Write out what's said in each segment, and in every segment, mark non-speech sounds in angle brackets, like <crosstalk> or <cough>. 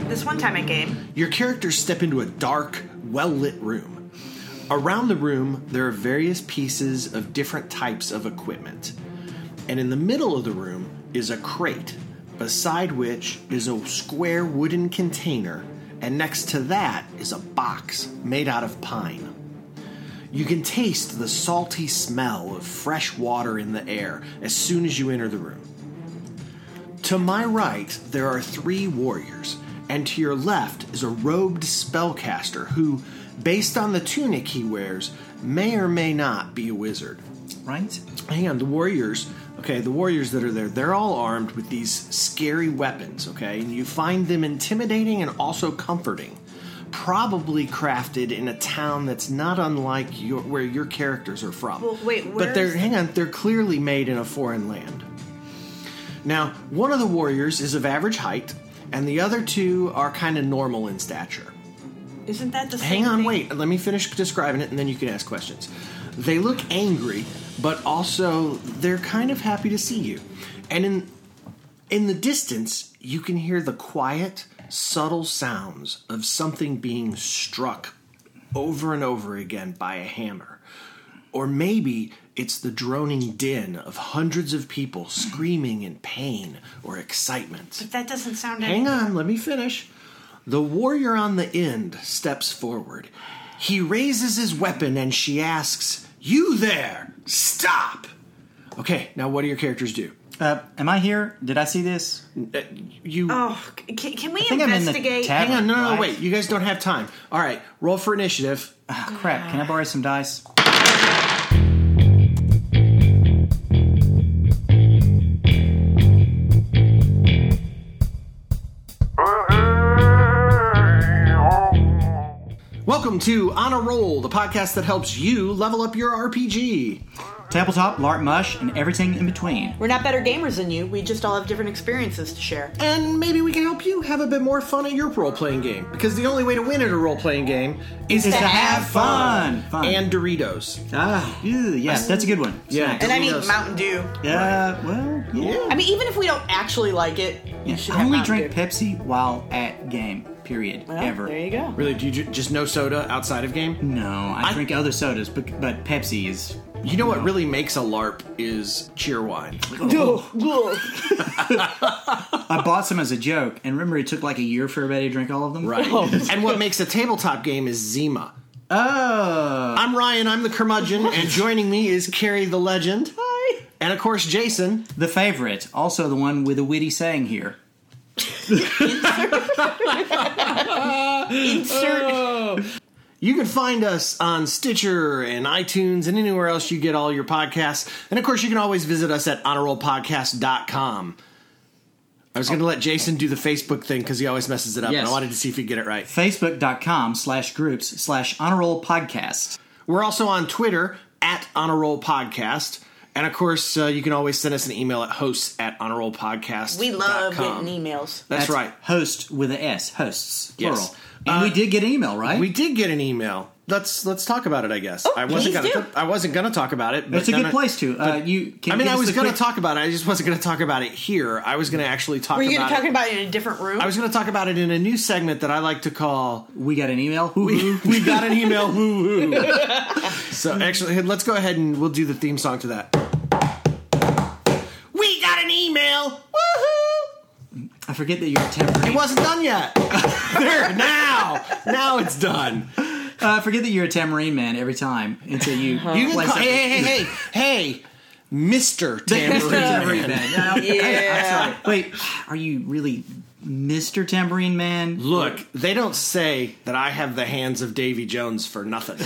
that game. Your characters step into a dark, well lit room. Around the room, there are various pieces of different types of equipment. And in the middle of the room is a crate, beside which is a square wooden container, and next to that is a box made out of pine. You can taste the salty smell of fresh water in the air as soon as you enter the room. To my right, there are three warriors, and to your left is a robed spellcaster who, based on the tunic he wears, may or may not be a wizard. Right? Hang on, the warriors, okay, the warriors that are there, they're all armed with these scary weapons, okay, and you find them intimidating and also comforting. Probably crafted in a town that's not unlike your, where your characters are from. Well, wait, but they're where's- hang on, they're clearly made in a foreign land. Now, one of the warriors is of average height, and the other two are kind of normal in stature. Isn't that the same Hang on, thing? wait. Let me finish describing it, and then you can ask questions. They look angry, but also they're kind of happy to see you. And in in the distance, you can hear the quiet, subtle sounds of something being struck over and over again by a hammer. Or maybe it's the droning din of hundreds of people screaming in pain or excitement. That doesn't sound Hang on, let me finish. The warrior on the end steps forward. He raises his weapon and she asks, You there! Stop! Okay, now what do your characters do? Uh, am I here? Did I see this? Uh, you. Oh, c- can, can we think I'm in the investigate? tab- hang on, no, no, no, Right. wait. You guys don't have time. All right, roll for initiative. Ah, crap. Can I borrow some dice? Welcome to On a Roll, the podcast that helps you level up your RPG. Tabletop, LARP mush, and everything in between. We're not better gamers than you. We just all have different experiences to share. And maybe we can help you have a bit more fun at your role playing game. Because the only way to win at a role playing game is, to have fun. Fun. And Doritos. Ah, ew, yes, that's a good one. Yeah. And I Who mean knows? Mountain Dew. Yeah, well, yeah. I mean, even if we don't actually like it, you should I have only Mountain drink Dew. Pepsi while at game, period. Well, ever. There you go. Really, do you ju- just no soda outside of game? No, I, I- drink other sodas, but, but Pepsi is. You know what really makes a LARP is cheer wine. I bought some as a joke, and remember, it took like a year for everybody to drink all of them? <laughs> Right. and what makes a tabletop game is Zima. Oh. I'm Ryan, I'm the curmudgeon, and joining me is Carrie the legend. Hi. And of course, Jason. The favorite, also the one with a witty saying here. <laughs> You can find us on Stitcher and iTunes and anywhere else you get all your podcasts. And of course, you can always visit us at honorrollpodcast.com. I was going to let Jason do the Facebook thing because he always messes it up, and Yes. I wanted to see if he'd get it right. Facebook.com slash groups slash honor roll podcast. We're also on Twitter at Honor Roll Podcast. And of course, uh, you can always send us an email at hosts at Honor Roll Podcast. We love getting emails. That's, right. Host with an S. Hosts. Yes. Uh, Plural. And we did get an email, right? We did get an email. Let's let's talk about it. I guess I wasn't Oh, please gonna do. I wasn't gonna talk about it. But It's a then good I- place to. Uh, you can I mean, give I us was the gonna quick- talk about it. I just wasn't gonna talk about it here. I was gonna actually talk. Were you going about to talk it. about it in a different room? I was gonna talk about it in a new segment that I like to call. We got an email. We, <laughs> we got an email. Woo woo. <laughs> so actually, let's go ahead and we'll do the theme song to that. We got an email. Woohoo! I forget that you're a temporary. It wasn't done yet. <laughs> there, now, now it's done. You Uh, I forget that you're a tamarine man every time until <laughs> you. you can call, hey, hey, hey, hey, hey, Mister <laughs> Tambourine Man. yeah. Wait, are you really Mr. Tambourine Man? Look, they don't say that I have the hands of Davy Jones for nothing.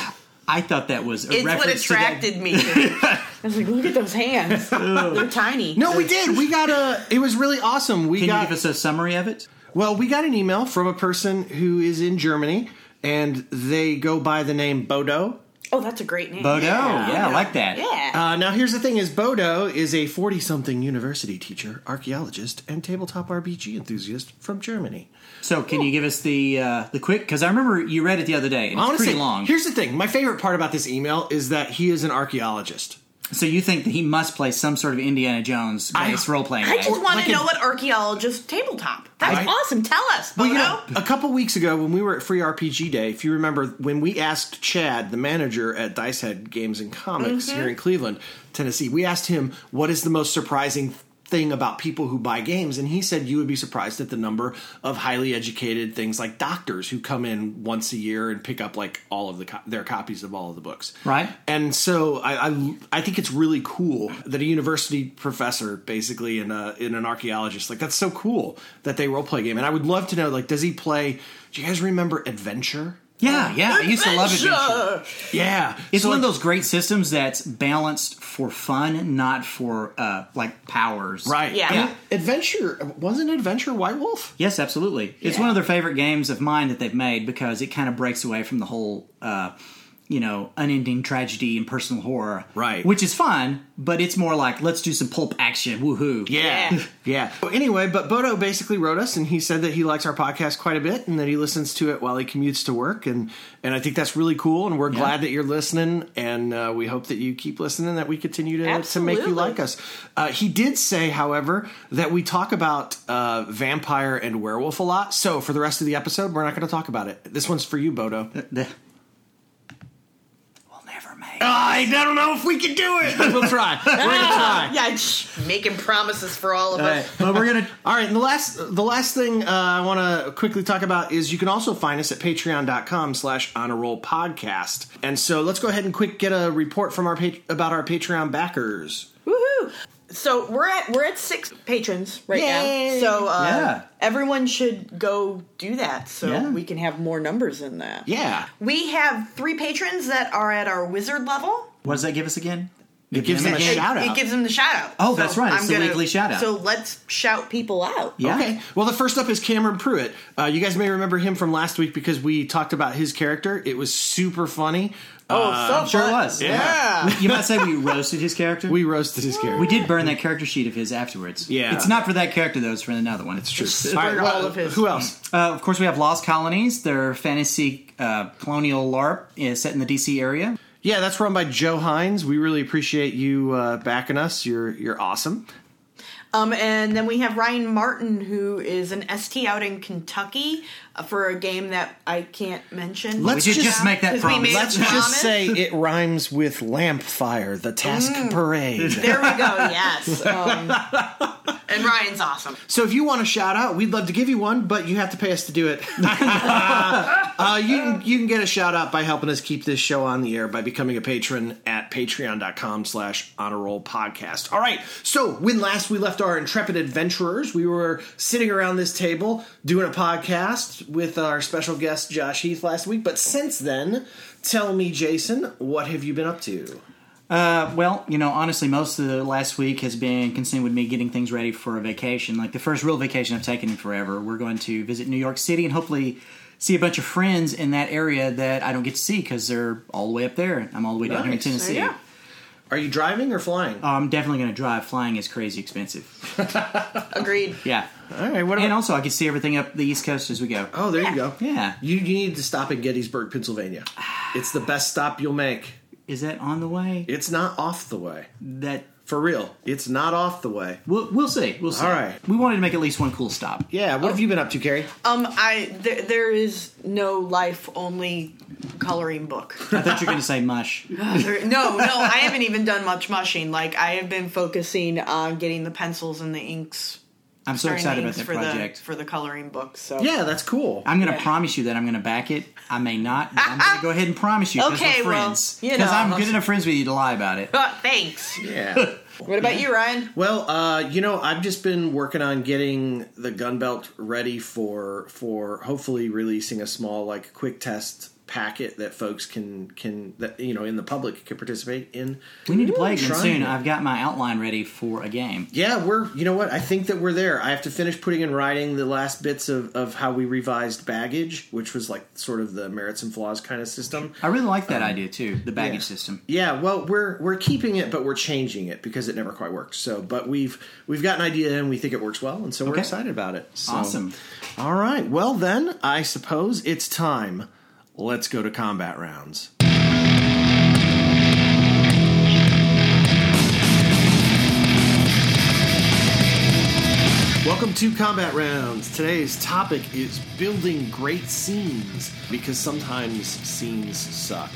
I thought that was a It's reference what to attracted me. to <laughs> it. I was like, look at those hands. They're tiny. No, we did. We got a. It was really awesome. We that. Can got you give us a summary of it? well. We got an email from a person who is in Germany, and they go by the name Bodo. Oh, that's a great name. Bodo. Yeah, I like that. Yeah. Uh, now, here's the thing: is Bodo is a 40-something university teacher, archaeologist, and tabletop RPG enthusiast from Germany. So, can you give us the uh, the quick? Because I remember you read it the other day. And I it's want to pretty say, long. here's the thing. My favorite part about this email is that he is an archaeologist. So you think that he must play some sort of Indiana Jones based role playing I just game? want like to a- know what archaeologists tabletop. That's Right. awesome. Tell us, Bono. Well, you know, a couple weeks ago when we were at Free RPG Day, if you remember, when we asked Chad, the manager at Dice Head Games and Comics here in Cleveland, Tennessee, we asked him what is the most surprising thing about people who buy games, and he said you would be surprised at the number of highly educated things like doctors who come in once a year and pick up like all of the co- their copies of all of the books. Right. And so I, I I think it's really cool that a university professor basically and a in an archaeologist like that's so cool that they role play game and I would love to know like does he play do you guys remember Adventure? Yeah, yeah. I used to love adventure. Yeah. It's So, one of like, those great systems that's balanced for fun, not for uh, like powers. right. Yeah. And Adventure wasn't Adventure White Wolf? Yes, absolutely. It's Yeah. one of their favorite games of mine that they've made because it kind of breaks away from the whole, uh, you know, unending tragedy and personal horror. Right. Which is fun, but it's more like let's do some pulp action. Woohoo! Yeah. Yeah. Yeah. So Anyway, but Bodo basically wrote us and he said that he likes our podcast quite a bit and that he listens to it while he commutes to work. And, and I think that's really cool. And we're glad that you're listening. And uh, we hope that you keep listening, that we continue to, to make Absolutely. you like us. Uh, he did say, however, that we talk about uh, vampire and werewolf a lot. So for the rest of the episode, we're not going to talk about it. This one's for you, Bodo. The- we'll never make. Uh, I don't know if we can do it. <laughs> we'll try. We're going to try. Yeah, shh, making promises for all of All right, us. <laughs> but we're gonna. All right, and the last the last thing uh, I want to quickly talk about is you can also find us at patreon.com slash honor roll podcast. And so let's go ahead and quick get a report from our pat- about our Patreon backers. Woohoo! So we're at we're at six patrons right now. Yay. So uh, Yeah. everyone should go do that so Yeah. we can have more numbers in that. Yeah. We have three patrons that are at our wizard level. What does that give us again? Give gives them them a again? shout- it, out. It gives them the shout out. Oh, that's right. It's the weekly shout out. So let's shout people out. Yeah. Okay. Well, the first up is Cameron Pruitt. Uh, you guys may remember him from last week because we talked about his character. It was super funny. Uh, Oh, so I'm sure it fun. was. Yeah. You might say we roasted his character. we roasted his character. we did burn that character sheet of his afterwards. Yeah. It's not for that character though. It's for another one. It's True. for All right, all well, of his- Who else? Uh, of course, we have Lost Colonies. Their fantasy uh, colonial LARP is set in the DC area. Yeah, that's run by Joe Hines. We really appreciate you uh, backing us. You're you're awesome. Um, and then we have Ryan Martin, who is an ST out in Kentucky uh, for a game that I can't mention. Let's We did just- just make that Because we promise. made- Let's Promise? just say it rhymes with lamp fire, the task <laughs> parade. There we go. <laughs> Yes. Um, and Ryan's awesome. <laughs> So if you want a shout out, we'd love to give you one, but you have to pay us to do it. <laughs> uh, you can, you can get a shout out by helping us keep this show on the air by becoming a patron at patreon.com slash honor roll podcast. All right. So when last we left our intrepid adventurers, we were sitting around this table doing a podcast with our special guest Josh Heath last week. But since then, tell me, Jason, what have you been up to? Uh, well, you know, honestly, most of the last week has been consumed with me getting things ready for a vacation. Like the first real vacation I've taken in forever. We're going to visit New York City and hopefully see a bunch of friends in that area that I don't get to see because they're all the way up there. I'm all the way down here in Nice. There you Tennessee. go. Are you driving or flying? I'm definitely going to drive. Flying is crazy expensive. Agreed. Yeah. All right. What And about? also, I can see everything up the East Coast as we go. oh, there you go. Yeah. You, you need to stop in Gettysburg, Pennsylvania. It's the best stop you'll make. Is that on the way? It's not off the way. That For real. It's not off the way. We'll, we'll see. We'll see. All right. We wanted to make at least one cool stop. Yeah. What have you been up to, Carrie? Um, I there, there is no life only coloring book. <laughs> Uh, I thought you were going to say mush. There- no, no, I haven't even done much mushing. Like I have been focusing on getting the pencils and the inks. I'm so or excited about inks that for project. the for the coloring book. So Yeah, that's cool. I'm going to Yeah. promise you that I'm going to back it. I may not, but I'm going to go ahead and promise you <laughs> because Okay, we're well, friends. you Because know, I'm let's- good enough friends with you to lie about it. Uh, <laughs> thanks. <laughs> Yeah. What about you, Ryan? well, uh, you know, I've just been working on getting the gun belt ready for for hopefully releasing a small like quick test packet that folks can can that you know in the public can participate in. We need to play again trying soon. it. I've got my outline ready for a game. Yeah, we're you know what? I think that we're there. I have to finish putting in writing the last bits of, of how we revised baggage, which was like sort of the merits and flaws kind of system. I really like Um, that idea too, the baggage system. Yeah, well, we're we're keeping it, but we're changing it because it never quite worked. So, but we've we've got an idea and we think it works well, and so we're Okay. excited about it. So- Awesome. All right. Well, then I suppose it's time. Let's go to combat rounds. two combat rounds. Today's topic is building great scenes because sometimes scenes <laughs> suck.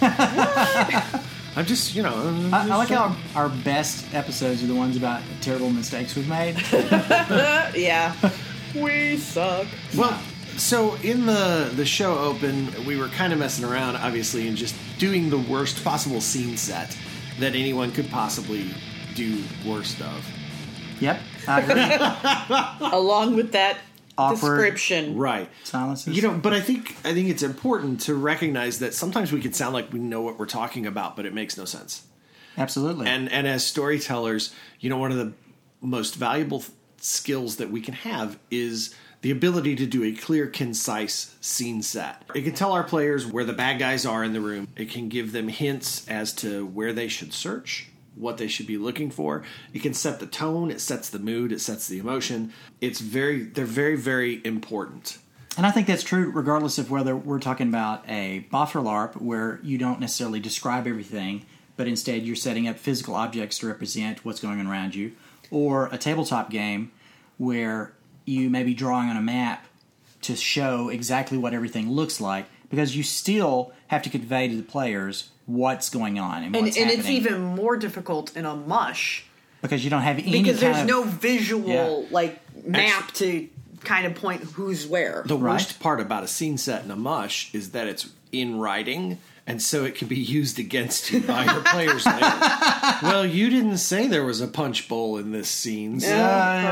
I'm just, you know. I'm I, I just like trying- how our, our best episodes are the ones about terrible mistakes we've made. <laughs> yeah. <laughs> we suck. Well, so in the the show open, we were kind of messing around, obviously, and just doing the worst possible scene set that anyone could possibly do worst of. yep, I agree. Along with that Awkward. description. Right. Silences. You know, but I think I think it's important to recognize that sometimes we can sound like we know what we're talking about, but it makes no sense. absolutely. And and as storytellers, you know, one of the most valuable th- skills that we can have is the ability to do a clear, concise scene set. It can tell our players where the bad guys are in the room. It can give them hints as to where they should search, what they should be looking for. It can set the tone, it sets the mood, it sets the emotion. It's very they're very very important. And I think that's true regardless of whether we're talking about a boffer LARP where you don't necessarily describe everything, but instead you're setting up physical objects to represent what's going on around you, or a tabletop game where you may be drawing on a map to show exactly what everything looks like because you still have to convey to the players what's going on and, And, what's and happening it's even more difficult in a mush because you don't have any because kind there's of- no visual Yeah. like map to kind of point who's where. The Right. worst part about a scene set in a mush is that it's in writing, and so it can be used against you by your <laughs> players later. Well, you didn't say there was a punch bowl in this scene. So.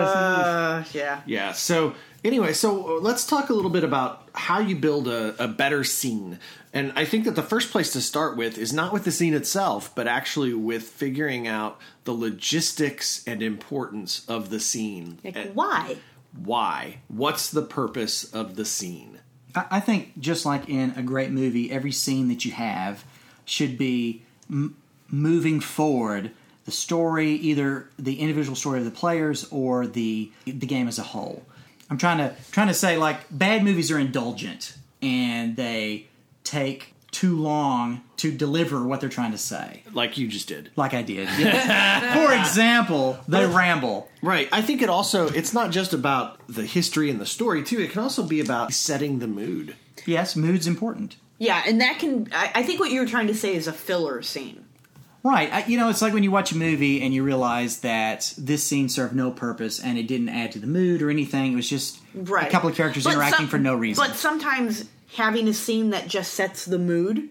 Uh, yeah. Yeah. So anyway, so uh, let's talk a little bit about how you build a, a better scene. And I think that the first place to start with is not with the scene itself, but actually with figuring out the logistics and importance of the scene. Like, And why? why? What's the purpose of the scene? I I think just like in a great movie, every scene that you have should be m- moving forward the story, either the individual story of the players or the the game as a whole. I'm trying to trying to say like bad movies are indulgent and they take too long to deliver what they're trying to say. Like you just did. Like I did. <laughs> For example, they ramble. Right. I think it also it's not just about the history and the story too. It can also be about setting the mood. Yes, mood's important. Yeah, and that can. I, I think what you were trying to say is a filler scene. Right. I, you know, it's like when you watch a movie and you realize that this scene served no purpose and it didn't add to the mood or anything. It was just Right. a couple of characters But interacting some- for no reason. But sometimes having a scene that just sets the mood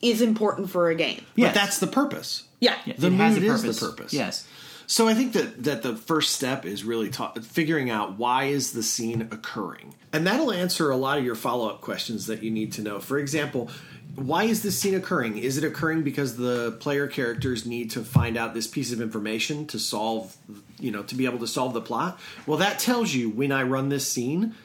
is important for a game. Yes. But that's the purpose. Yeah. Yeah, the it has mood a is the purpose. purpose. Yes. So I think that that the first step is really ta- figuring out why is the scene occurring, and that'll answer a lot of your follow up questions that you need to know. For example, why is this scene occurring? Is it occurring because the player characters need to find out this piece of information to solve, you know, to be able to solve the plot? Well, that tells you when I run this scene,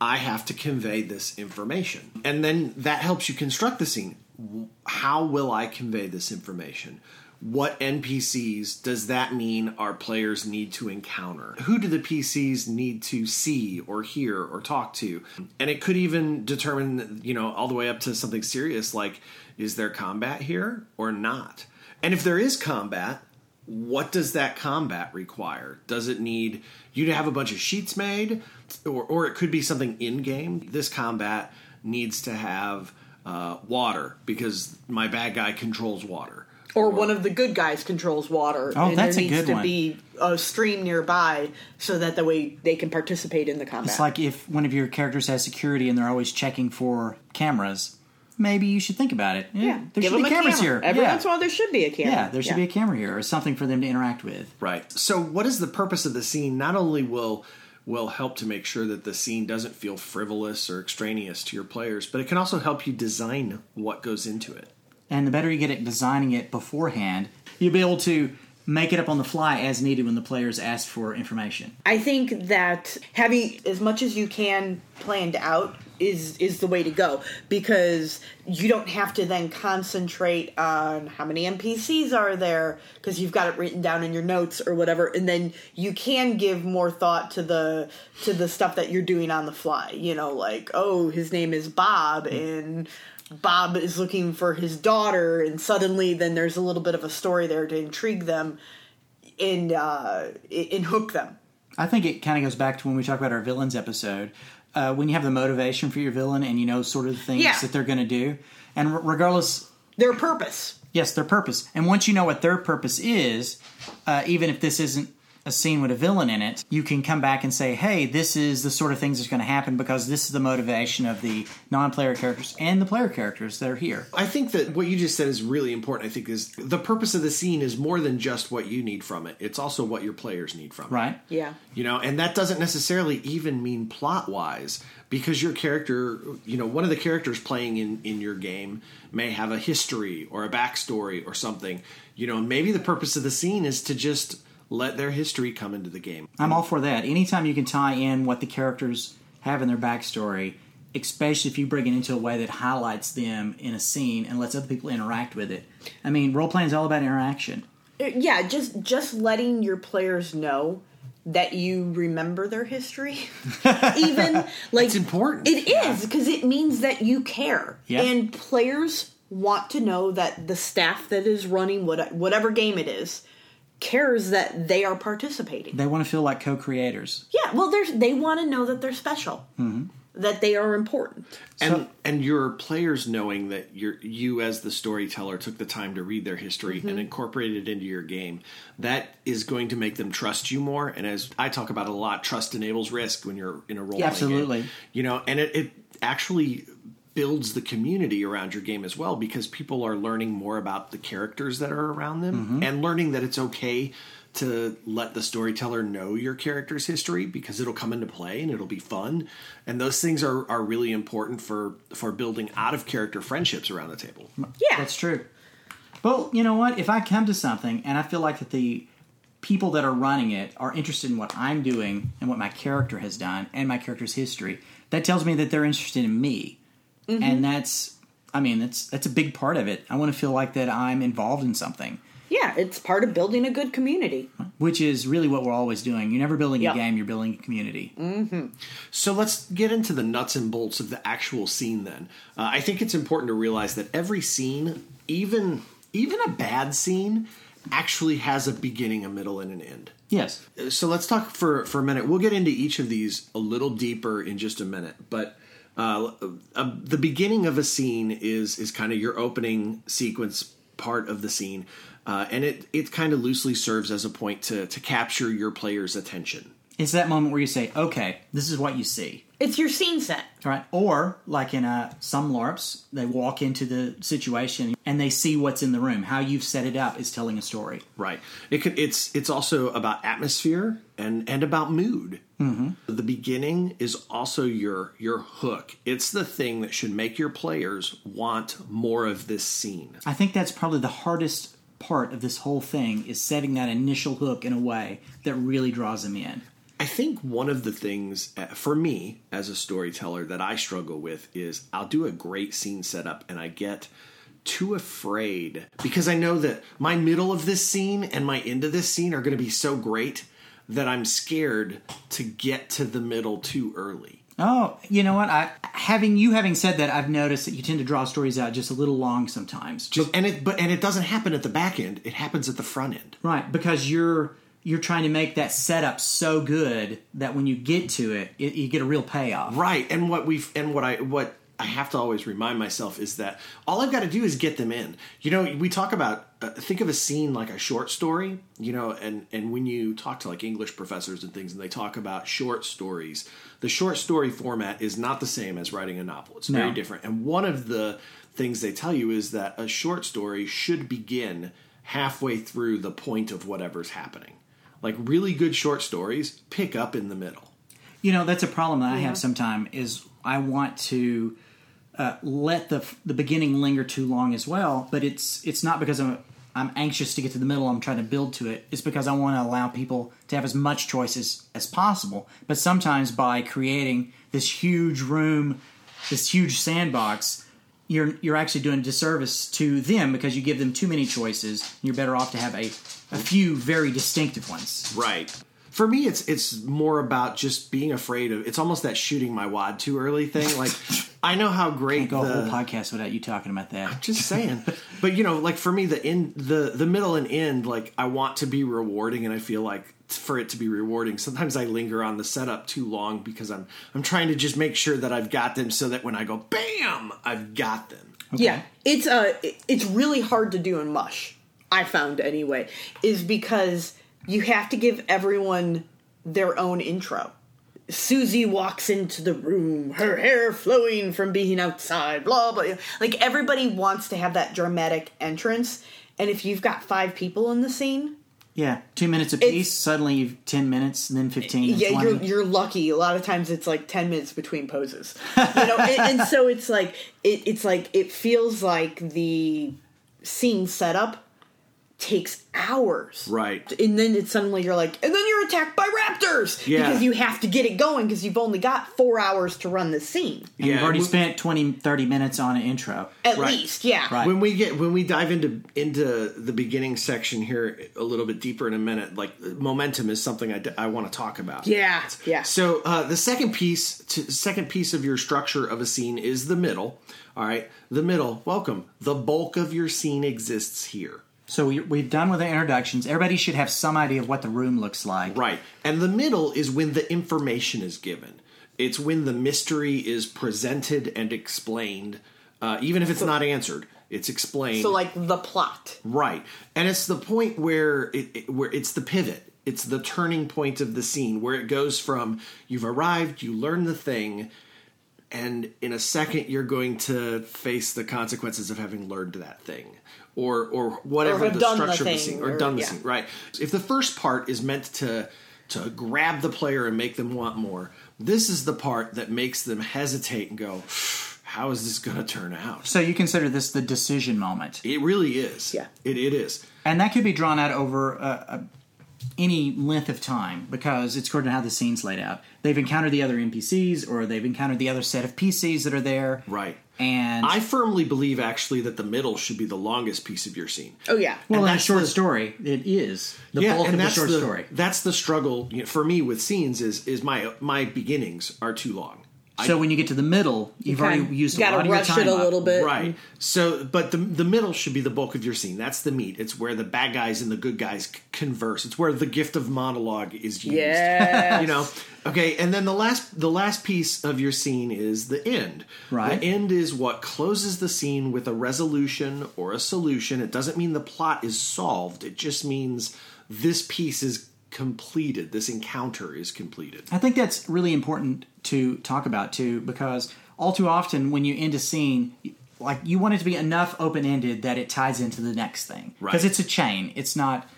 I have to convey this information. And then that helps you construct the scene. W- How will I convey this information? What NPCs does that mean our players need to encounter? Who do the PCs need to see or hear or talk to? And it could even determine, you know, all the way up to something serious like is there combat here or not? And if there is combat, what does that combat require? Does it need you to have a bunch of sheets made, or or it could be something in game? This combat needs to have uh, water because my bad guy controls water. Or one of the good guys controls water, Oh, and that's a there needs good to one. be a stream nearby so that the way they can participate in the combat. It's like if one of your characters has security and they're always checking for cameras, maybe you should think about it. Yeah. There Give should them be a cameras camera. here. Every yeah. once in a while, there should be a camera. yeah, there should be a camera here or something for them to interact with. Right. So, what is the purpose of the scene? Not only will will help to make sure that the scene doesn't feel frivolous or extraneous to your players, but it can also help you design what goes into it. And the better you get at designing it beforehand, you'll be able to make it up on the fly as needed when the players ask for information. I think that having as much as you can planned out is is the way to go because you don't have to then concentrate on how many NPCs are there because you've got it written down in your notes or whatever and then you can give more thought to the to the stuff that you're doing on the fly you know like oh his name is Bob and Bob is looking for his daughter and suddenly then there's a little bit of a story there to intrigue them and uh, and hook them I think it kind of goes back to when we talk about our villains episode. Uh, when you have the motivation for your villain and you know sort of the things Yeah. that they're going to do, and re- regardless, Their purpose. yes, their purpose. And once you know what their purpose is, uh, even if this isn't a scene with a villain in it, you can come back and say, "Hey, this is the sort of things that's going to happen because this is the motivation of the non-player characters and the player characters that are here." I think that what you just said is really important. I think is the purpose of the scene is more than just what you need from it. It's also what your players need from it. Right? Yeah. You know, and that doesn't necessarily even mean plot wise because your character, you know, one of the characters playing in in your game may have a history or a backstory or something. You know, maybe the purpose of the scene is to just let their history come into the game. I'm all for that. Anytime you can tie in what the characters have in their backstory, especially if you bring it into a way that highlights them in a scene and lets other people interact with it. I mean, role playing is all about interaction. Uh, Yeah, just just letting your players know that you remember their history. Even like It's important. It is because it means that you care, Yeah. and players want to know that the staff that is running what, whatever game it is cares that they are participating. They want to feel like co-creators. Yeah, well, there's they want to know that they're special, that they are important. and and your players knowing that you you as the storyteller took the time to read their history and incorporate it into your game that is going to make them trust you more and as i talk about a lot trust enables risk when you're in a role Yeah, playing game. absolutely. you know and it, it actually builds the community around your game as well because people are learning more about the characters that are around them and learning that it's okay to let the storyteller know your character's history because it'll come into play and it'll be fun and those things are, are really important for for building out of character friendships around the table Yeah, That's true. But you know what? If I come to something and I feel like that the people that are running it are interested in what I'm doing and what my character has done and my character's history, that tells me that they're interested in me. Mm-hmm. And that's I mean, that's that's a big part of it. I want to feel like that I'm involved in something, yeah, it's part of building a good community. which is really what we're always doing. You're never building Yeah. a game, you're building a community. So let's get into the nuts and bolts of the actual scene then. Uh, I think it's important to realize that every scene, even even a bad scene, actually has a beginning, a middle, and an end. Yes. Uh, So let's talk for for a minute. We'll get into each of these a little deeper in just a minute, but. Uh, uh, the beginning of a scene is is kind of your opening sequence part of the scene, uh, and it it kind of loosely serves as a point to to capture your player's attention. It's that moment where you say, "Okay, this is what you see." It's your scene set. Right. Or like in uh, some LARPs, they walk into the situation and they see what's in the room. How you've set it up is telling a story. Right. It could, it's it's also about atmosphere and and about mood. Mm-hmm. The beginning is also your your hook. It's the thing that should make your players want more of this scene. I think that's probably the hardest part of this whole thing is setting that initial hook in a way that really draws them in. I think one of the things uh, for me as a storyteller that I struggle with is I'll do a great scene setup and I get too afraid because I know that my middle of this scene and my end of this scene are going to be so great that I'm scared to get to the middle too early. Oh, you know what? I having you having said that, I've noticed that you tend to draw stories out just a little long sometimes. Just- and it but and it doesn't happen at the back end. It happens at the front end. Right, because you're you're trying to make that setup so good that when you get to it, it you get a real payoff. Right. And what we've and what I what I have to always remind myself is that all I've got to do is get them in. You know, we talk about uh, think of a scene like a short story. You know, and and when you talk to like English professors and things, and they talk about short stories, the short story format is not the same as writing a novel. It's very No. different. And one of the things they tell you is that a short story should begin halfway through the point of whatever's happening. Like really good short stories pick up in the middle. You know, that's a problem that I have sometimes is I want to uh, let the the beginning linger too long as well, but it's it's not because I'm I'm anxious to get to the middle. I'm trying to build to it. It's because I want to allow people to have as much choice as, as possible. But sometimes by creating this huge room, this huge sandbox, you're you're actually doing disservice to them because you give them too many choices. And you're better off to have a a few very distinctive ones. Right. for me it's it's more about just being afraid of it's almost that shooting my wad too early thing like i know how great Go a the, whole podcast without you talking about that. <laughs> just saying but you know like for me the end the the middle and end like i want to be rewarding and i feel like for it to be rewarding sometimes i linger on the setup too long because i'm i'm trying to just make sure that i've got them so that when i go bam i've got them Yeah, it's uh, it- it's really hard to do in Mush. I found anyway is because you have to give everyone their own intro. Susie walks into the room, her hair flowing from being outside. Blah blah. Like everybody wants to have that dramatic entrance, and if you've got five people in the scene, Yeah, two minutes apiece. Suddenly, you've ten minutes, and then fifteen, and yeah, twenty. you're you're lucky. A lot of times it's like ten minutes between poses, you know. and, and so it's like it, it's like it feels like the scene setup takes hours, Right. And then it's suddenly you're like, and then you're attacked by raptors Yeah. because you have to get it going because you've only got four hours to run the scene And Yeah, you've already we- spent 20, 30 minutes on an intro. at Right. least, yeah. Right. when we get when we dive into into the beginning section here a little bit deeper in a minute like momentum is something i, want to talk about Yeah, yeah. so uh, the second piece to, second piece of your structure of a scene is the middle all right the middle welcome the bulk of your scene exists here So we, we've done with the introductions. Everybody should have some idea of what the room looks like. Right. And the middle is when the information is given. It's when the mystery is presented and explained, uh, even if it's not answered. It's explained. So like the plot, Mm. right, and it's the point where it, it- where it's the pivot. It's the turning point of the scene where it goes from you've arrived, you learn the thing, and in a second you're going to face the consequences of having learned that thing or or whatever have the done the structure of thing, the scene or, or- done the yeah. scene right if the first part is meant to to grab the player and make them want more this is the part that makes them hesitate and go how is this going to turn out So you consider this the decision moment. it really is Yeah. it, it is And that could be drawn out over uh, uh, any length of time because it's according to how the scene's laid out. They've encountered the other NPCs or they've encountered the other set of PCs that are there. right And i firmly believe actually that the middle should be the longest piece of your scene oh yeah. well, in a that's short the- story, it is the bulk of the short story. That's the struggle you know, for me with scenes is is my my beginnings are too long. so when you get to the middle, you've already Kinda used a gotta lot of your rush time. it a up. little bit, Right. So, but the the middle should be the bulk of your scene. That's the meat. It's where the bad guys and the good guys c- converse. It's where the gift of monologue is used. Yeah. <laughs> You know. Okay. And then the last the last piece of your scene is the end. Right. The end is what closes the scene with a resolution or a solution. It doesn't mean the plot is solved. It just means this piece is completed. This encounter is completed. I think that's really important to talk about too, because all too often when you end a scene, like you want it to be enough open ended that it ties into the next thing, Right. Because it's a chain. It's not.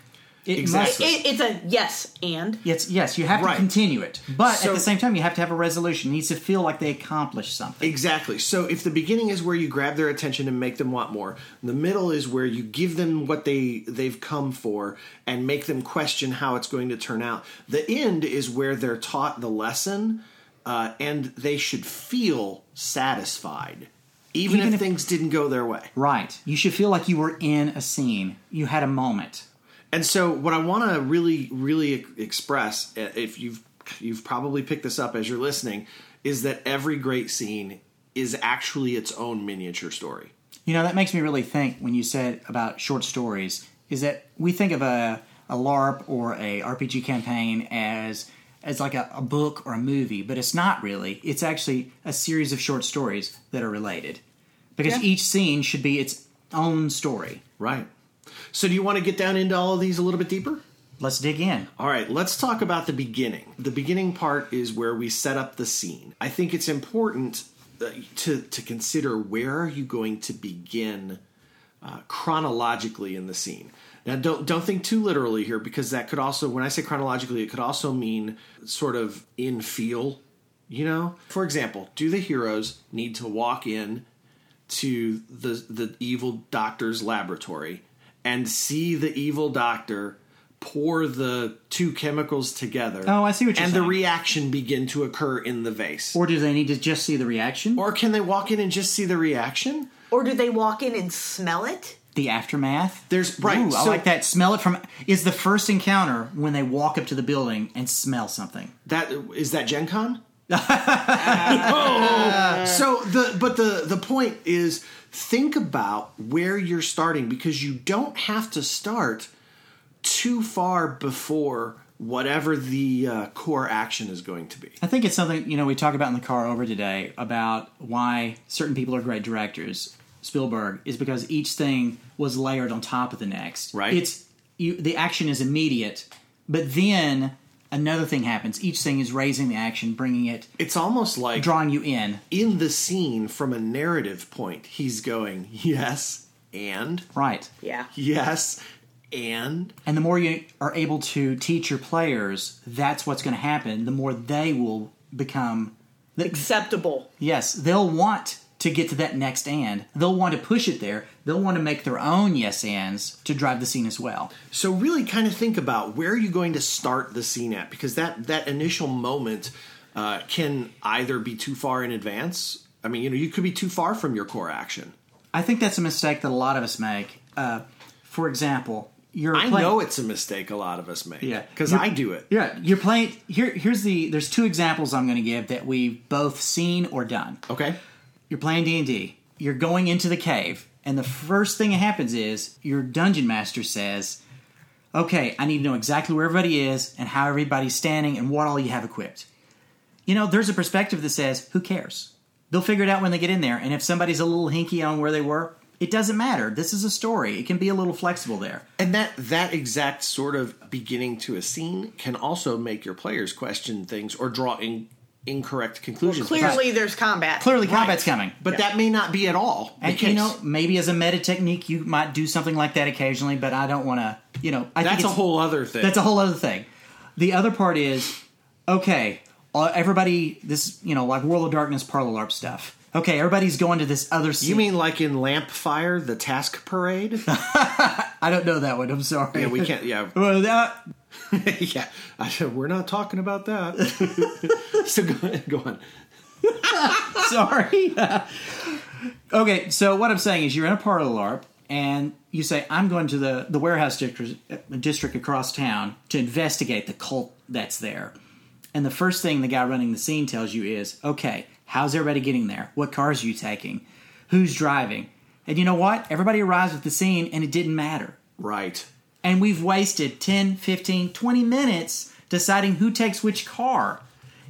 It Exactly. must. It, it's a yes and It's yes, you have Right. to continue it, but So- at the same time, you have to have a resolution. It needs to feel like they accomplished something. Exactly. So if the beginning is where you grab their attention and make them want more, the middle is where you give them what they they've come for and make them question how it's going to turn out. The end is where they're taught the lesson uh, and they should feel satisfied, even, Even if, if- things didn't go their way. Right. You should feel like you were in a scene. You had a moment. And so, what I want to really, really e- express, uh, if you've you've probably picked this up as you're listening, is that every great scene is actually its own miniature story. You know, that makes me really think when you said about short stories, is that we think of a, a LARP or a RPG campaign as as like a, a book or a movie, but it's not really. It's actually a series of short stories that are related. Because Yeah. each scene should be its own story. Right. So, do you want to get down into all of these a little bit deeper? Let's dig in. All right, let's talk about the beginning. The beginning part is where we set up the scene. I think it's important uh, to to consider where are you going to begin uh, chronologically in the scene. Now, don't don't think too literally here because that could also, when I say chronologically, it could also mean sort of in feel. You know, for example, do the heroes need to walk in to the the evil doctor's laboratory and see the evil doctor pour the two chemicals together. Oh, I see what you're and saying. the reaction begin to occur in the vase. Or, Or do they need to just see the reaction? can they walk in and just see the reaction? or do they walk in and smell it? the aftermath. There's- right, Ooh, I so- like that. Smell it from is the first encounter when they walk up to the building and smell something. That is that Gen Con? Oh. So the but the the point is think about where you're starting because you don't have to start too far before whatever the uh, core action is going to be. I think it's something you know we talk about in the car over today about why certain people are great directors. Spielberg is because each thing was layered on top of the next. Right. It's you. The action is immediate, but then another thing happens. Each thing is raising the action, bringing it, It's almost like drawing you in. in the scene from a narrative point. He's going yes and Right. Yeah. yes and And the more you are able to teach your players that's what's going to happen, the more they will become. Acceptable. Yes, they'll want to get to that next and. They'll want to push it there. They'll want to make their own yes ands to drive the scene as well. So really, kind of think about where are you going to start the scene at, because that that initial moment uh, can either be too far in advance. I mean, you know, you could be too far from your core action. I think that's a mistake that a lot of us make. Uh, for example, you're I playing- know it's a mistake a lot of us make. Yeah. because You're- I do it. Yeah, you're playing. Here, here's the. There's two examples I'm going to give that we've both seen or done. Okay. you're playing d&d you're going into the cave and the first thing that happens is your dungeon master says okay i need to know exactly where everybody is and how everybody's standing and what all you have equipped you know there's a perspective that says who cares they'll figure it out when they get in there and if somebody's a little hinky on where they were it doesn't matter this is a story it can be a little flexible there And that that exact sort of beginning to a scene can also make your players question things or draw in, incorrect conclusions. Clearly, there's combat. clearly combat's coming but that may not be at all. the and you case. know maybe as a meta technique you might do something like that occasionally but i don't want to you know i think that's a it's- whole other thing. That's a whole other thing. The other part is okay. Uh, everybody, this you know, like World of Darkness parlor larp stuff. Okay, everybody's going to this other. Scene. you mean like in Lampfire, the task <laughs> parade? I don't know that one. I'm sorry. yeah, we can't. Yeah, <laughs> <laughs> Well, that- yeah, I said we're not talking about that. <laughs> so go, go on. <laughs> sorry. okay, so what I'm saying is, you're in a parlor larp, and you say, "I'm going to the the warehouse district, district across town to investigate the cult that's there." And the first thing the guy running the scene tells you is, okay, how's everybody getting there? What cars are you taking? Who's driving? And you know what? Everybody arrives at the scene and it didn't matter. Right. And we've wasted 10, 15, 20 minutes deciding who takes which car.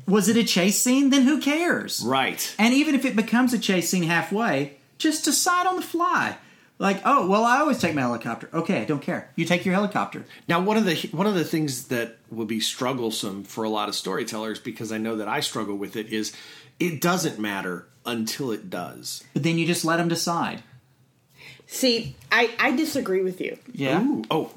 Was it a chase scene? Then who cares? Right. And even if it becomes a chase scene halfway, just decide on the fly. Like, oh, well, I always take my helicopter. Okay, I don't care. You take your helicopter. Now, one of the one of the things that will be strugglesome for a lot of storytellers, because I know that I struggle with it, is it doesn't matter until it does. But then you just let them decide. See, I, I disagree with you. Yeah. Ooh, oh,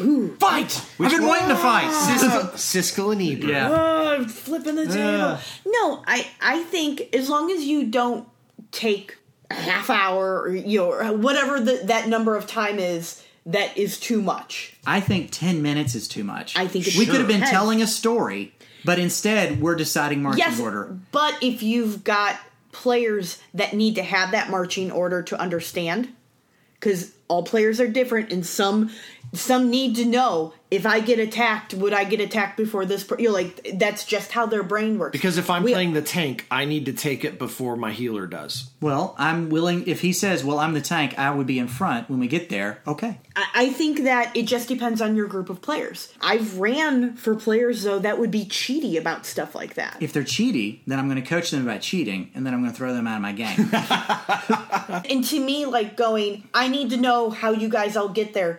ooh. Fight! I've been waiting to fight. Siskel, Siskel and Ebert. <laughs> Yeah. Oh, I'm flipping the table. Ugh. No, I I think as long as you don't take a half hour or you know, or whatever the, that number of time is, that is too much. I think 10 minutes is too much. I think it we should. could have been Ten. telling a story, but instead we're deciding marching Yes, order. but if you've got players that need to have that marching order to understand, because all players are different, and some some need to know if I get attacked, would I get attacked before this? Per-? You're like that's just how their brain works. Because if I'm We- playing the tank, I need to take it before my healer does. Well, I'm willing. If he says, "Well, I'm the tank," I would be in front when we get there. Okay. I I think that it just depends on your group of players. I've ran for players though that would be cheaty about stuff like that. If they're cheaty, then I'm going to coach them about cheating, and then I'm going to throw them out of my game. and to me, like going, I need to know how you guys all get there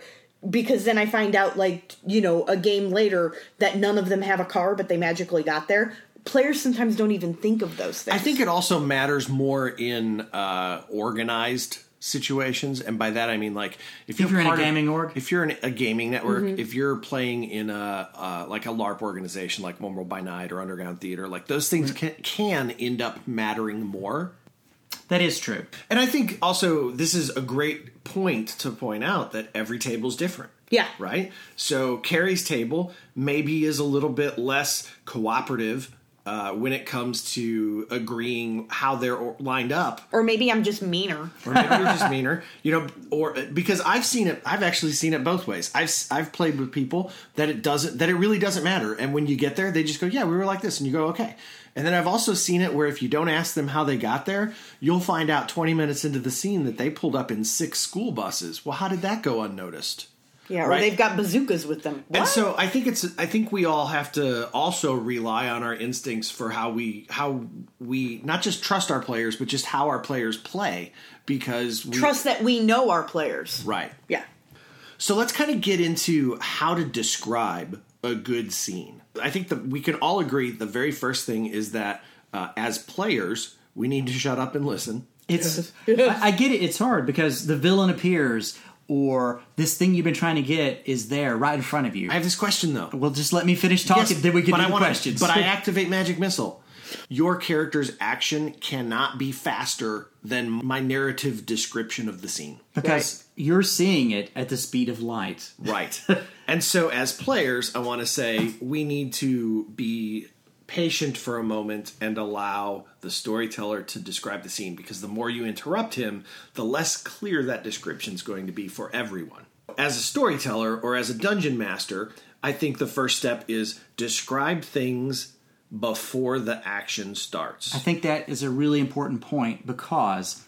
because then I find out like you know a game later that none of them have a car, but they magically got there. Players sometimes don't even think of those things. I think it also matters more in uh, organized situations, and by that I mean like if you're, you're in a part of- gaming org? if you're in a gaming network, if you're playing in a uh, like a LARP organization like One World by Night or Underground Theater, like those things can, can end up mattering more. that is true. And I think also this is a great point to point out that every table's different. Yeah. Right? So Carrie's table maybe is a little bit less cooperative uh, when it comes to agreeing how they're or- lined up Or maybe I'm just meaner. or maybe you're just meaner, you know, or because I've seen it, I've actually seen it both ways. I've I've played with people that it doesn't that it really doesn't matter, and when you get there, they just go, yeah, we were like this, and you go, okay. And then I've also seen it where if you don't ask them how they got there, you'll find out 20 minutes into the scene that they pulled up in six school buses. Well, how did that go unnoticed? Yeah, or Right. they've got bazookas with them. And What? so I think it's I think we all have to also rely on our instincts for how we how we not just trust our players, but just how our players play because we Trust that we know our players. right. Yeah. So let's kind of get into how to describe a good scene. I think that we can all agree the very first thing is that uh, as players, we need to shut up and listen. It's I, I get it. It's hard because the villain appears, or this thing you've been trying to get is there right in front of you. I have this question though. well, just let me finish talking. then we can but do I the wanna- questions. <laughs> But I activate magic missile. Your character's action cannot be faster than my narrative description of the scene. because you're seeing it at the speed of light. Right. and so, as players, I want to say we need to be patient for a moment and allow the storyteller to describe the scene because the more you interrupt him, the less clear that description is going to be for everyone. As a storyteller or as a dungeon master, I think the first step is describe things before the action starts. I think that is a really important point because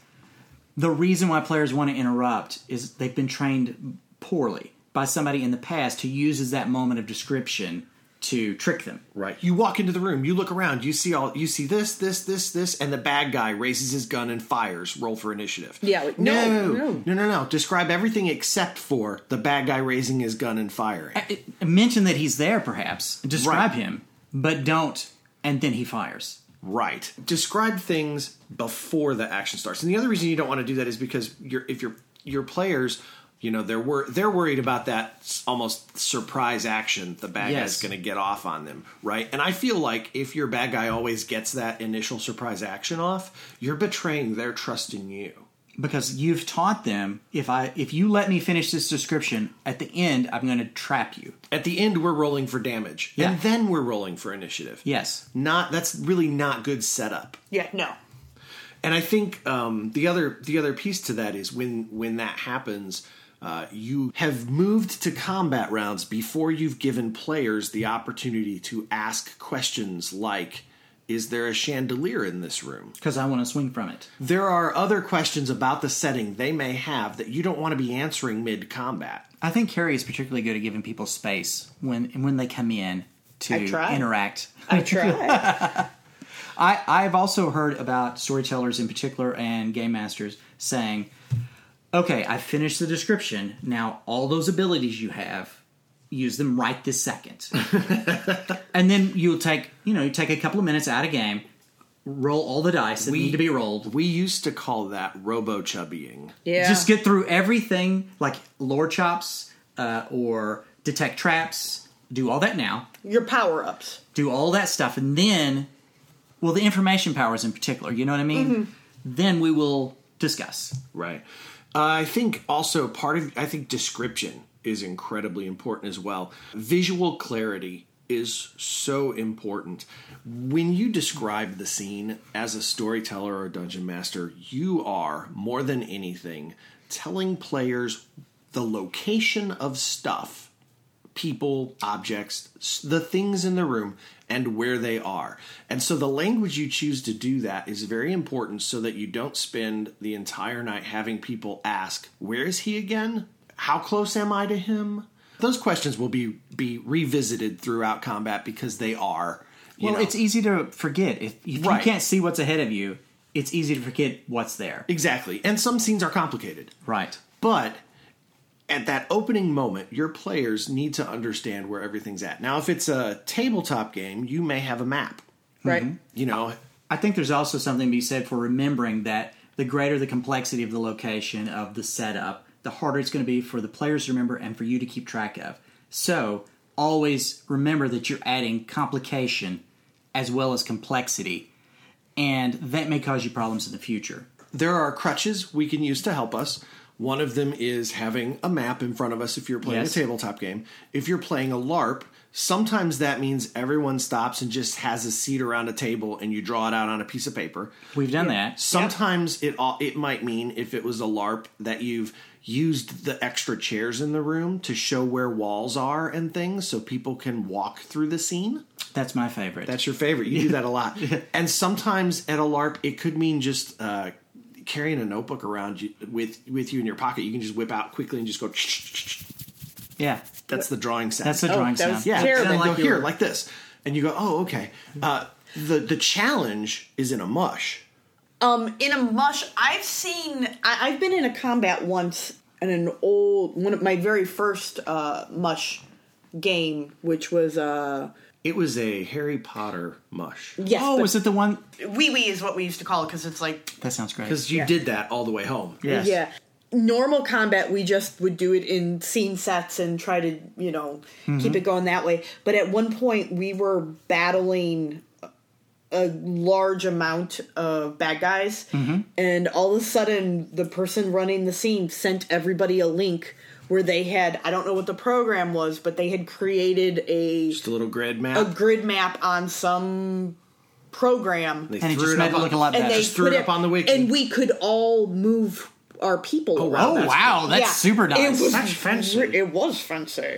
the reason why players want to interrupt is they've been trained poorly by somebody in the past who uses that moment of description to trick them. Right. You walk into the room, you look around, you see all you see this, this, this, this, and the bad guy raises his gun and fires. Roll for initiative. Yeah, like, no, no, no, no. no, no, no. Describe everything except for the bad guy raising his gun and firing. It- mention that he's there, perhaps describe Right. him, but don't, and then he fires. Right. Describe things before the action starts. And the other reason you don't want to do that is because your if your your players, you know, they're wor- they're worried about that s- almost surprise action the bad Yes. guy's going to get off on them, right? And I feel like if your bad guy always gets that initial surprise action off, you're betraying their trust in you. because you've taught them if i if you let me finish this description at the end i'm going to trap you At the end we're rolling for damage Yeah. and then we're rolling for initiative. yes Not that's really not good setup. Yeah, no. and I think um, the other the other piece to that is when when that happens, uh, you have moved to combat rounds before you've given players the opportunity to ask questions like, "Is there a chandelier in this room?" because i want to swing from it There are other questions about the setting they may have that you don't want to be answering mid combat. i think carrie is particularly good at giving people space when when they come in to I try. interact <laughs> I try. I, I've also heard about storytellers in particular and game masters saying, okay, I finished the description. Now, all those abilities you have, use them right this second. and then you'll take, you know, you take a couple of minutes out of game, roll all the dice that need to be rolled. We used to call that robo chubbying. <laughs> yeah. Just get through everything like lore chops uh, or detect traps. Do all that now your power ups. do all that stuff and then well the information powers in particular you know what i mean then we will discuss Right. Uh, I think also part of I think description is incredibly important as well. Visual clarity is so important. When you describe the scene as a storyteller or dungeon master, you are more than anything telling players the location of stuff people, objects, s- the things in the room, and where they are. And so the language you choose to do that is very important so that you don't spend the entire night having people ask, Where is he again? How close am I to him? Those questions will be, be revisited throughout combat because they are. you well know. it's e-, easy to forget if, if Right. you can't see what's ahead of you it's easy to forget what's there exactly. And some scenes are complicated. right But at that opening moment, your players need to understand where everything's at. Now, if it's a tabletop game, you may have a map. Right. You know, i think there's also something to be said for remembering that the greater the complexity of the location of the setup the harder it's going to be for the players to remember and for you to keep track of so always remember that you're adding complication as well as complexity and that may cause you problems in the future there are crutches we can use to help us. One of them is having a map in front of us if you're playing Yes. a tabletop game. If you're playing a LARP, sometimes that means everyone stops and just has a seat around a table and you draw it out on a piece of paper. We've done that. Sometimes it all, it might mean if it was a LARP that you've used the extra chairs in the room to show where walls are and things so people can walk through the scene. That's my favorite. That's your favorite. You do that a lot. And sometimes at a LARP, it could mean just uh, carrying a notebook around you with with you in your pocket. You can just whip out quickly and just go. <laughs> yeah. That's the drawing sound. That's the drawing that was sound. yeah. Oh, terrible. And then Like go you here were- like this, and you go, oh okay. Uh, the the challenge is in a mush. Um, in a mush, I've seen. I, I've been in a combat once in an old one of my very first uh, mush game, which was uh, It was a Harry Potter mush yes, Oh, but- was it the one? wee wee is what we used to call it because it's like That sounds great. because you did that all the way home. Yes. yeah. Normal combat, we just would do it in scene sets and try to, you know, Mm-hmm. keep it going that way. But at one point, we were battling a large amount of bad guys, Mm-hmm. and all of a sudden, the person running the scene sent everybody a link where they had I don't know what the program was, but they had created a Just a little grid map. a grid map on some program They And it threw just made up it on- look a lot and better. they Just threw put it up on the wiki. and we could all move our people. Oh, around. wow. oh, That's wow. That's Yeah. super nice. It was That's fancy. It was fancy. I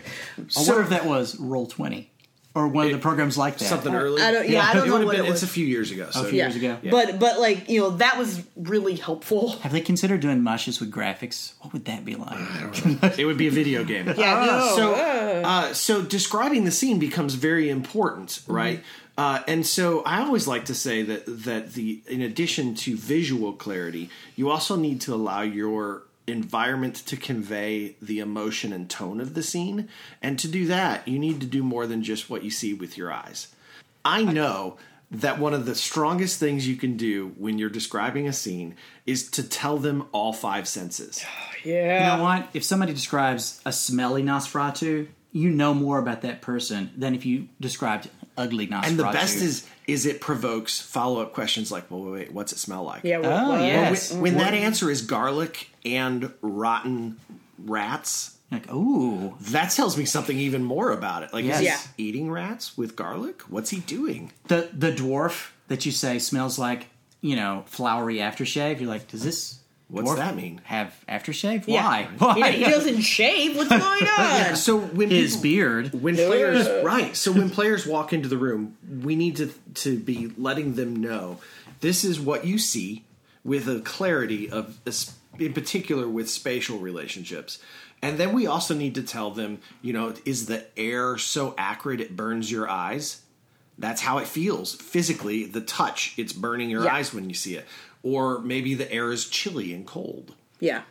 wonder if that was Roll20 or one of the programs like that. something early. I don't. Yeah, Yeah. I don't It know would've what been- it It's was. a few years ago. so few yeah. years ago. Yeah. But but like you know that was really helpful. <laughs> Have they considered doing mushes with graphics? What would that be like? <laughs> it would be a video game. Ah, Yeah. no. so uh, so describing the scene becomes very important right uh, and so i always like to say that that the in addition to visual clarity you also need to allow your environment to convey the emotion and tone of the scene and to do that you need to do more than just what you see with your eyes I know that one of the strongest things you can do when you're describing a scene is to tell them all five senses. yeah. You know what? If somebody describes a smelly Nosferatu, you know more about that person than if you described ugly Nosferatu. And the best is is it provokes follow up questions like, "Well, wait, wait, what's it smell like?" yeah. Oh, well, When- yes. When, that answer is garlic and rotten rats, like, ooh, that tells me something even more about it. Like, Yes. is he Yeah. eating rats with garlic? What's he doing? the the dwarf that you say smells like you know flowery aftershave. You're like, does this What's dwarf that mean? have aftershave? Yeah. Why? He, Why? he doesn't shave. What's going on? So when <laughs> His people- beard. when players right so when players walk into the room we need to to be letting them know this is what you see with a clarity of in particular with spatial relationships and then we also need to tell them you know is the air so acrid it burns your eyes that's how it feels physically the touch it's burning your Yeah. eyes when you see it or maybe the air is chilly and cold Yeah.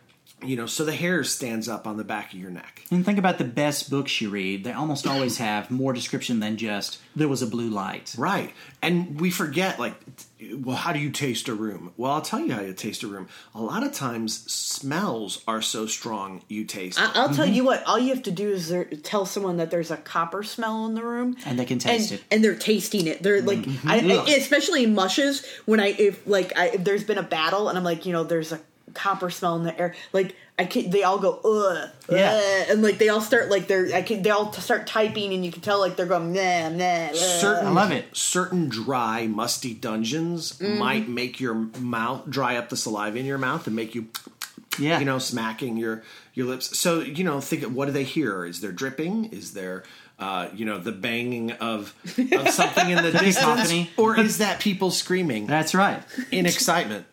you know so the hair stands up on the back of your neck And think about the best books you read. They almost always have more description than just there was a blue light. Right. And we forget, like, t- well, how do you taste a room? Well, I'll tell you how you taste a room. A lot of times, smells are so strong you taste. I- I'll Mm-hmm. tell you what. All you have to do is there, tell someone that there's a copper smell in the room, And they can taste and, it. and they're tasting it. They're like, I, I- especially in mushes, when I if like I, if there's been a battle, and I'm like, you know, there's a copper smell in the air. Like I can, they all go ugh, Yeah. ugh," and like they all start like they're I can, they all start typing, and you can tell like they're going nah nah. <laughs> nah. certain, I love it. Certain dry, musty dungeons might make your mouth dry up the saliva in your mouth and make you, Yeah, you know, smacking your your lips. So you know, think of what do they hear? Is there dripping? Is there uh, you know the banging of, <laughs> of something in the distance, cacophony. or is that people screaming that's right. in excitement?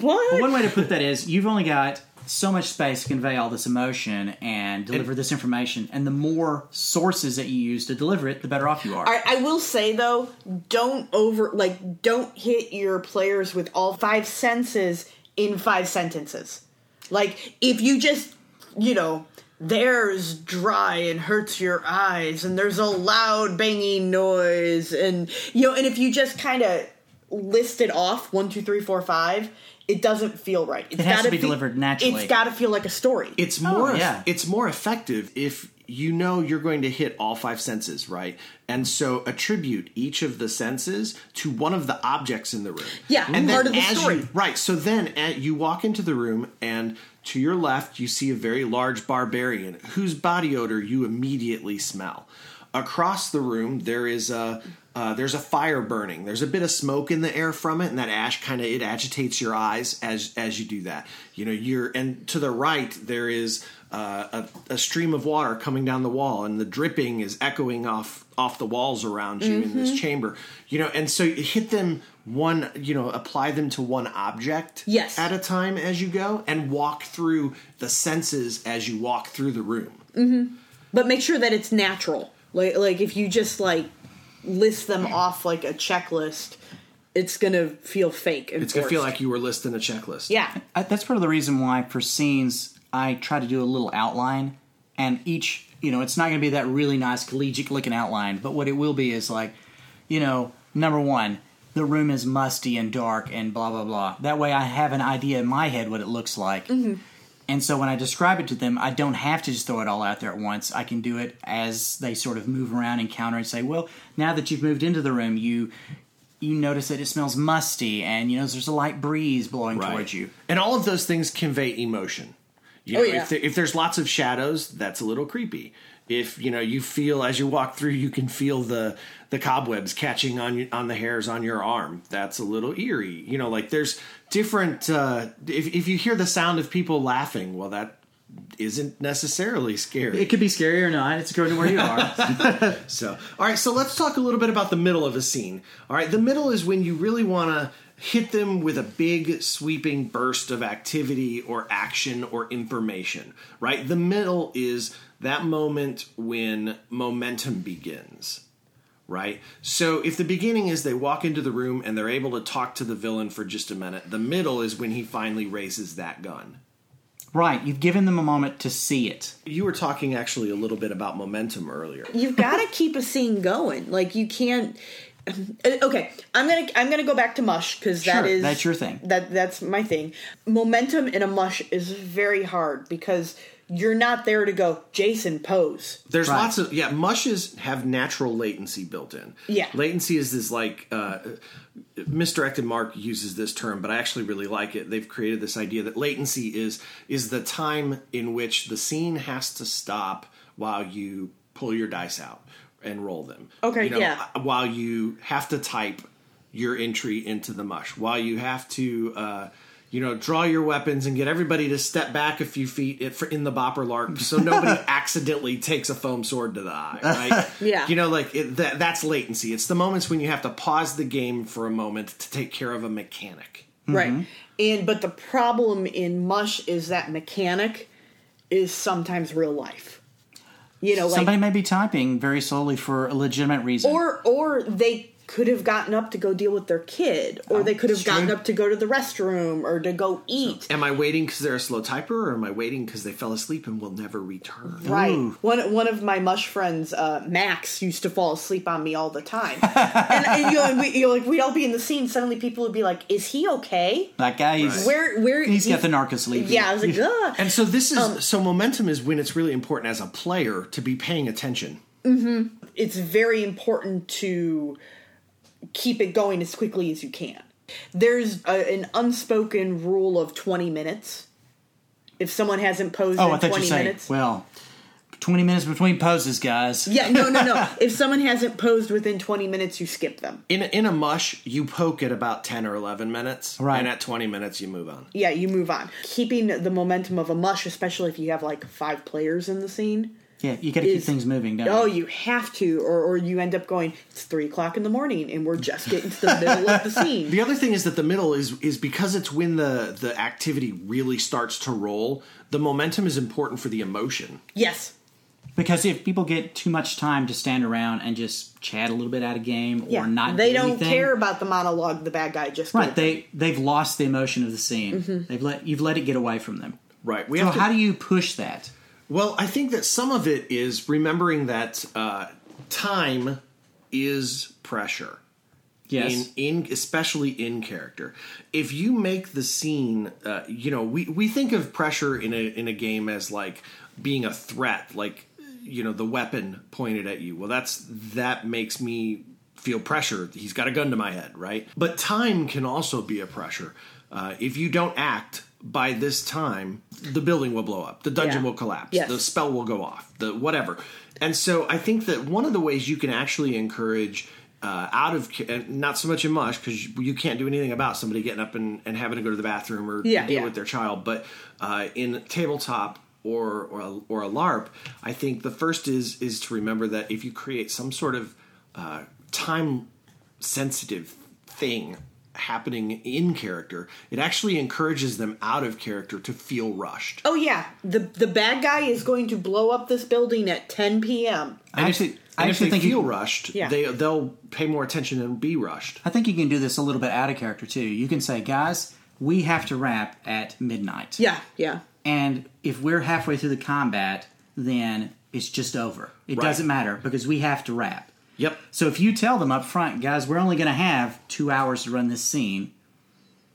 what? One way to put that is you've only got so much space to convey all this emotion and deliver this information, and the more sources that you use to deliver it, the better off you are. I, I will say though, don't over like don't hit your players with all five senses in five sentences. Like if you just you know there's dry and hurts your eyes and there's a loud banging noise and you know and if you just kind of list it off one two three four five it doesn't feel right It's It has to gotta be delivered naturally. it's got to feel like a story it's more yeah. it's more effective if you know you're going to hit all five senses right and so attribute each of the senses to one of the objects in the room Yeah, and part then of the as story. uh, you- right so then at, you walk into the room and To your left, you see a very large barbarian whose body odor you immediately smell. Across the room, there is a uh, there's a fire burning. There's a bit of smoke in the air from it, and that ash kind of it agitates your eyes as as you do that. You know, you're and to the right there is uh, a, a stream of water coming down the wall, and the dripping is echoing off off the walls around you in Mm-hmm. this chamber. You know, and so you hit them one. You know, apply them to one object Yes. at a time as you go, and walk through the senses as you walk through the room. but make sure that it's natural. Like like if you just like list them off like a checklist, it's gonna feel fake. And It's gonna feel forced. like you were listing a checklist. yeah, I, that's part of the reason why for scenes I try to do a little outline, and each you know it's not going to be that really nice collegiate looking outline, but what it will be is like, you know, number one, the room is musty and dark and blah blah blah. That way I have an idea in my head what it looks like. And so when I describe it to them, I don't have to just throw it all out there at once. I can do it as they sort of move around and counter and say, "Well, now that you've moved into the room, you you notice that it smells musty, and you know there's a light breeze blowing towards you." And all of those things convey emotion. You know, Oh, yeah. if, there, if there's lots of shadows, that's a little creepy. If you know you feel as you walk through, you can feel the the cobwebs catching on you, on the hairs on your arm. That's a little eerie. You know, like there's different. Uh, if if you hear the sound of people laughing, well, that isn't necessarily scary. It could be scary or not. It's according to where you are. So, all right, so let's talk a little bit about the middle of a scene. All right, the middle is when you really want to hit them with a big sweeping burst of activity or action or information, right? The middle is that moment when momentum begins. Right? So if the beginning is they walk into the room and they're able to talk to the villain for just a minute, the middle is when he finally raises that gun. <laughs> right. You've given them a moment to see it. You were talking actually a little bit about momentum earlier. you've got to keep a scene going. Like you can't. uh, Okay, I'm gonna I'm gonna go back to mush because Sure, that is that's your thing. That that's my thing. Momentum in a mush is very hard because you're not there to go. Jason pose. There's Right. lots of yeah. Mushes have natural latency built in. Yeah. latency is this like uh, misdirected Mark uses this term, but I actually really like it. They've created this idea that latency is is the time in which the scene has to stop while you pull your dice out and roll them. Okay, You know, yeah. While you have to type your entry into the mush, while you have to. Uh, you know, draw your weapons and get everybody to step back a few feet if- in the bopper <laughs> lark so nobody accidentally takes a foam sword to the eye, right? <laughs> Yeah. You know, like it, that, that's latency. It's the moments when you have to pause the game for a moment to take care of a mechanic. Mm-hmm. Right. And but the problem in mush is that mechanic is sometimes real life. You know, Oh, like Somebody may be typing very slowly for a legitimate reason. or or they could have gotten up to go deal with their kid Oh, or they could have gotten up to go to the restroom or to go eat. Am I waiting because they're a slow typer, or am I waiting because they fell asleep and will never return? Right. One one of my mush friends, uh, Max, used to fall asleep on me all the time, <laughs> and, and you know, and we, you know, like we'd all be in the scene. Suddenly, people would be like, "Is he okay? that guy, he's, Where where?" he's got the narcos lead. Yeah, I was like, Ugh. And so this is Um, so momentum is when it's really important as a player to be paying attention. it's very important to keep it going as quickly as you can. There's a, an unspoken rule of 20 minutes. If someone hasn't posed Oh, in I thought you 20 said, minutes. well, 20 minutes between poses, guys. yeah, no, no, no. <laughs> if someone hasn't posed within 20 minutes, you skip them. In a, in a mush, you poke at about ten or eleven minutes, Right. And at twenty minutes, you move on. Yeah, you move on. Keeping the momentum of a mush, especially if you have like five players in the scene. Yeah, you got to keep Is- things moving, don't Oh, you? you have to, or, or you end up going, it's three o'clock in the morning and we're just getting to the middle of <laughs> the scene. The other thing is that the middle is is because it's when the the activity really starts to roll. The momentum is important for the emotion. Yes. Because if people get too much time to stand around and just chat a little bit out of game Yeah. or not they do don't anything, care about the monologue the bad guy just gave Right, they they've lost the emotion of the scene. Mm-hmm. They've let you've let it get away from them. Right. We So have to- how do you push that? Well, I think that some of it is remembering that uh, time is pressure. Yes. In, in especially in character, if you make the scene, uh, you know, we, we think of pressure in a in a game as like being a threat, like you know, the weapon pointed at you. Well, that's that makes me feel pressure. He's got a gun to my head, right? But time can also be a pressure. Uh, if you don't act, by this time, the building will blow up, the dungeon Yeah. will collapse, Yes. the spell will go off, the whatever. And so I think that one of the ways you can actually encourage uh, out of ca- and not so much in mush because you can't do anything about somebody getting up and, and having to go to the bathroom or Yeah, deal yeah. with their child, but uh, in tabletop or or a, or a LARP, I think the first is is to remember that if you create some sort of uh, time sensitive thing happening in character, it actually encourages them out of character to feel rushed. Oh yeah, the the bad guy is going to blow up this building at 10 p.m. I actually, I And if actually they think feel you, rushed, Yeah. they they'll pay more attention and be rushed. I think you can do this a little bit out of character too. You can say, guys, we have to wrap at midnight. Yeah, yeah, And if we're halfway through the combat, then it's just over. It Right. doesn't matter because we have to wrap. Yep. So if you tell them up front, guys, we're only going to have two hours to run this scene,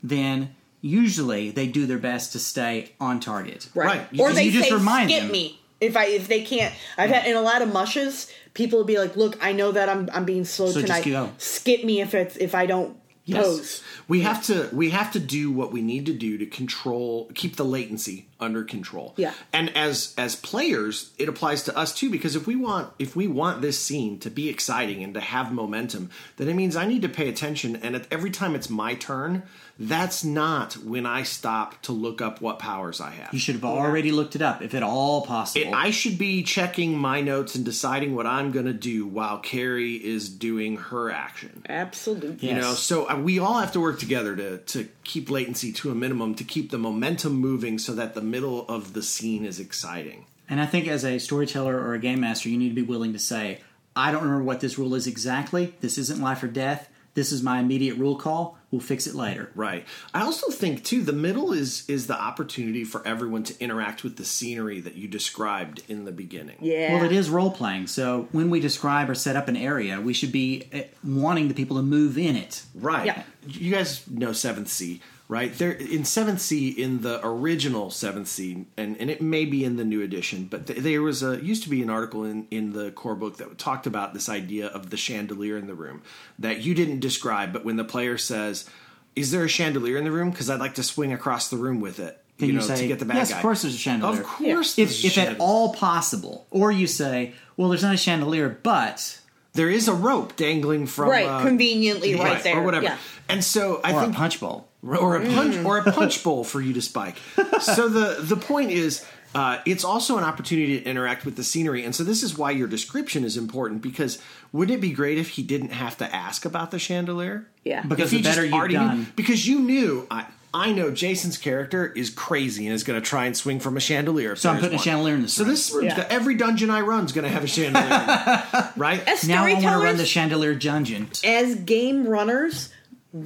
then usually they do their best to stay on target. right. Right. Or You- they you just say, remind "Skip them. me." If I if they can't, I've had in a lot of mushes, people will be like, "Look, I know that I'm I'm being slow So just tonight. go." Skip me if it's if I don't Yes. pose." We have to we have to do what we need to do to control keep the latency under control. Yeah. And as as players, it applies to us too because if we want if we want this scene to be exciting and to have momentum, then it means I need to pay attention and at every time it's my turn, that's not when I stop to look up what powers I have. You should have already looked it up, if at all possible. I should be checking my notes and deciding what I'm going to do while Carrie is doing her action. Absolutely. You know, Yes. so uh, we all have to work together to to keep latency to a minimum, to keep the momentum moving, so that the middle of the scene is exciting. And I think as a storyteller or a game master, you need to be willing to say, I don't remember what this rule is exactly. This isn't life or death. This is my immediate rule call. We'll fix it later. Right. I also think too the middle is is the opportunity for everyone to interact with the scenery that you described in the beginning. Yeah. Well, it is role playing. So when we describe or set up an area, we should be eh, wanting the people to move in it. Right. Yeah. You guys know Seventh Sea, right? There in Seventh Sea, in the original Seventh Sea, and, and it may be in the new edition, but th- there was a used to be an article in in the core book that talked about this idea of the chandelier in the room that you didn't describe, but when the player says, "Is there a chandelier in the room?" Because I'd like to swing across the room with it, Then you say, to get the bad "Yes, guy." of course there's a chandelier." Of course, there's a If, if at chandelier. all possible. Or you say, well, there's not a chandelier, but. there is a rope dangling from right. uh, Conveniently, right, right, there. or whatever. Yeah. And so I Or a think punch bowl. or a Mm. punch or a punch bowl for you to spike. so the the point is. Uh, it's also an opportunity to interact with the scenery, and so this is why your description is important. Because wouldn't it be great if he didn't have to ask about the chandelier? Yeah. Because If he the better just you've already knew- done. because you knew I I know Jason's character is crazy and is going to try and swing from a chandelier. if So I'm there's putting a one. chandelier in this So room. this Yeah. every dungeon I run is going to have a chandelier, <laughs> right? As Now I want to run storytellers, the chandelier dungeon. as game runners,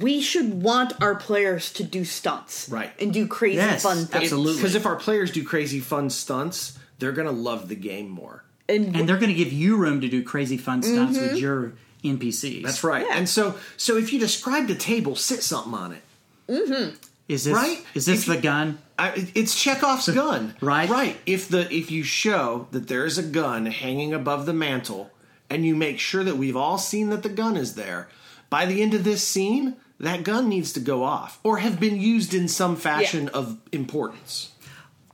we should want our players to do stunts, Right. and do crazy Yes, fun things. absolutely. Because if our players do crazy fun stunts, they're going to love the game more. And, And they're going to give you room to do crazy fun stunts Mm-hmm. with your NPCs. That's right. Yeah. And so, so if you describe the table, sit something on it. Is this Right? is this the gun? I, it's Chekhov's gun, Right. Right. If the if you show that there is a gun hanging above the mantle, and you make sure that we've all seen that the gun is there, by the end of this scene, that gun needs to go off or have been used in some fashion of importance.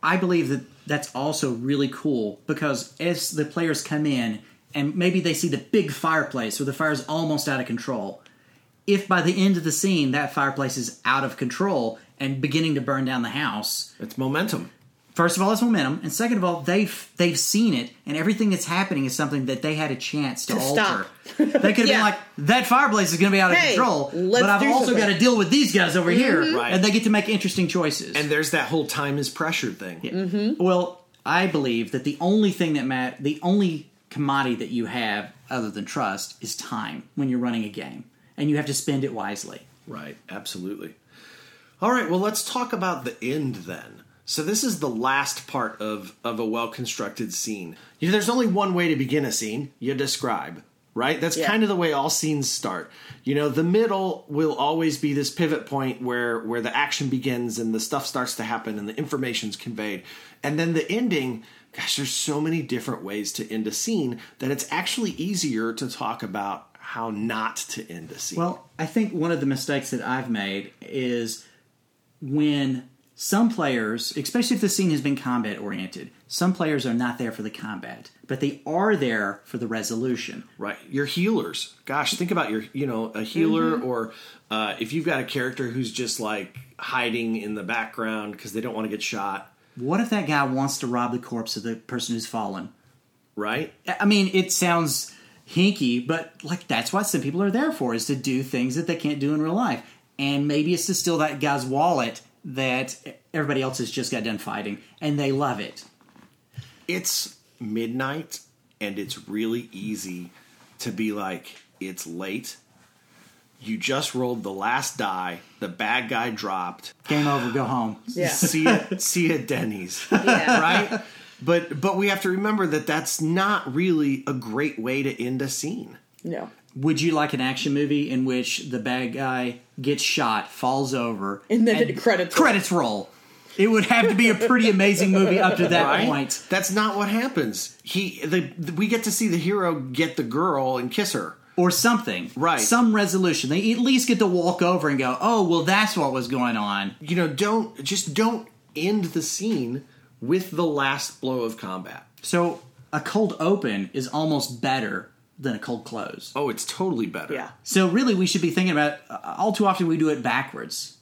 I believe that that's also really cool because as the players come in and maybe they see the big fireplace where the fire's almost out of control. If by the end of the scene that fireplace is out of control and beginning to burn down the house, It's momentum. first of all, it's momentum, and second of all, they've they've seen it, and everything that's happening is something that they had a chance to, To alter. stop. They could have <laughs> been Yeah. like, "That fireplace is going to be out of Hey, control," let's but I've do also something." Mm-hmm. got to deal with these guys over here, Right. and they get to make interesting choices. And there's that whole time is pressure thing. Well, I believe that the only thing that mat the only commodity that you have other than trust is time when you're running a game, and you have to spend it wisely. Right, absolutely. All right, well, let's talk about the end then. So this is the last part of of a well-constructed scene. You know, there's only one way to begin a scene, you describe, right? That's Yeah. kind of the way all scenes start. You know, the middle will always be this pivot point where where the action begins and the stuff starts to happen and the information's conveyed. And then the ending, gosh, there's so many different ways to end a scene that it's actually easier to talk about how not to end a scene. Well, I think one of the mistakes that I've made is when Some players, especially if the scene has been combat oriented, some players are not there for the combat, but they are there for the resolution. Right. Your healers. Gosh, think about your, you know, a healer or uh, if you've got a character who's just like hiding in the background because they don't want to get shot, What if that guy wants to rob the corpse of the person who's fallen? right? I mean, it sounds hinky, but like that's what some people are there for is to do things that they can't do in real life. And maybe it's to steal that guy's wallet that everybody else has just got done fighting, and they love it. It's midnight and it's really easy to be like, it's late. You just rolled the last die. The bad guy dropped. Game over, go home. Yeah. <laughs> See ya, see ya Denny's. <laughs> Yeah. right? But but we have to remember that that's not really a great way to end a scene. No. Would you like an action movie in which the bad guy gets shot, falls over, And then the credits roll. credits roll? It would have to be a pretty amazing movie up to that Right? point. That's not what happens. He the, we get to see the hero get the girl and kiss her. or something. Right. Some resolution. They at least get to walk over and go, oh, well, that's what was going on. You know, don't just don't end the scene with the last blow of combat. So a cold open is almost better than a cold close. Oh, it's totally better. Yeah. So really, we should be thinking about uh, all too often we do it backwards.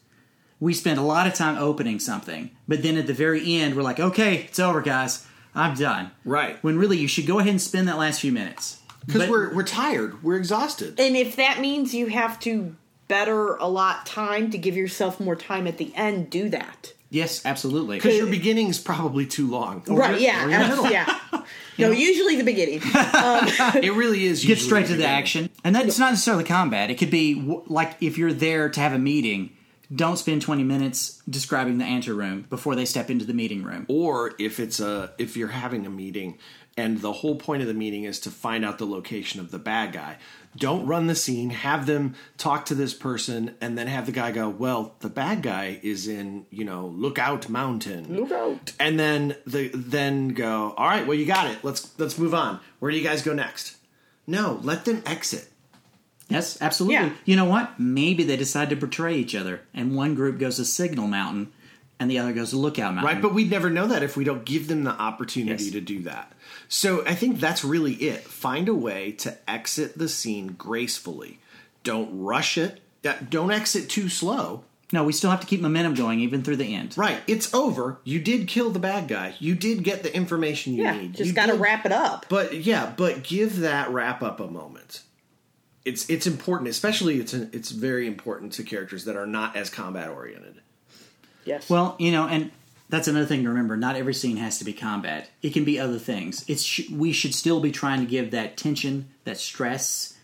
We spend a lot of time opening something, but then at the very end, we're like, okay, it's over, guys. I'm done. Right. When really, you should go ahead and spend that last few minutes. Because But- we're we're tired. We're exhausted. And if that means you have to better a lot time to give yourself more time at the end, do that. Yes, absolutely. Because your beginning's probably too long. Right, Or yeah. your abs- middle. <laughs> Yeah. No, usually the beginning. It really is. get usually straight to the beginning. action and that's not necessarily combat it could be w- like if you're there to have a meeting don't spend 20 minutes describing the anteroom before they step into the meeting room or if it's a if you're having a meeting and the whole point of the meeting is to find out the location of the bad guy don't run the scene have them talk to this person and then have the guy go well the bad guy is in you know lookout mountain Lookout. and then the then go all right well you got it let's let's move on where do you guys go next no let them exit yes absolutely Yeah. you know what maybe they decide to betray each other and one group goes to signal mountain and the other goes to lookout mountain Right, but we'd never know that if we don't give them the opportunity Mm. Yes. to do that. So I think that's really it. Find a way to exit the scene gracefully. Don't rush it. That- Don't exit too slow. no we still have to keep momentum going even through the end Right, it's over. You did kill the bad guy. You did get the information you Yeah. need. Just You got to did- wrap it up. But yeah, but give that wrap up a moment. It's it's important, especially it's an, it's very important to characters that are not as combat oriented. Yes. Well, you know, and that's another thing to remember. Not every scene has to be combat. It can be other things. It's sh- we should still be trying to give that tension, that stress,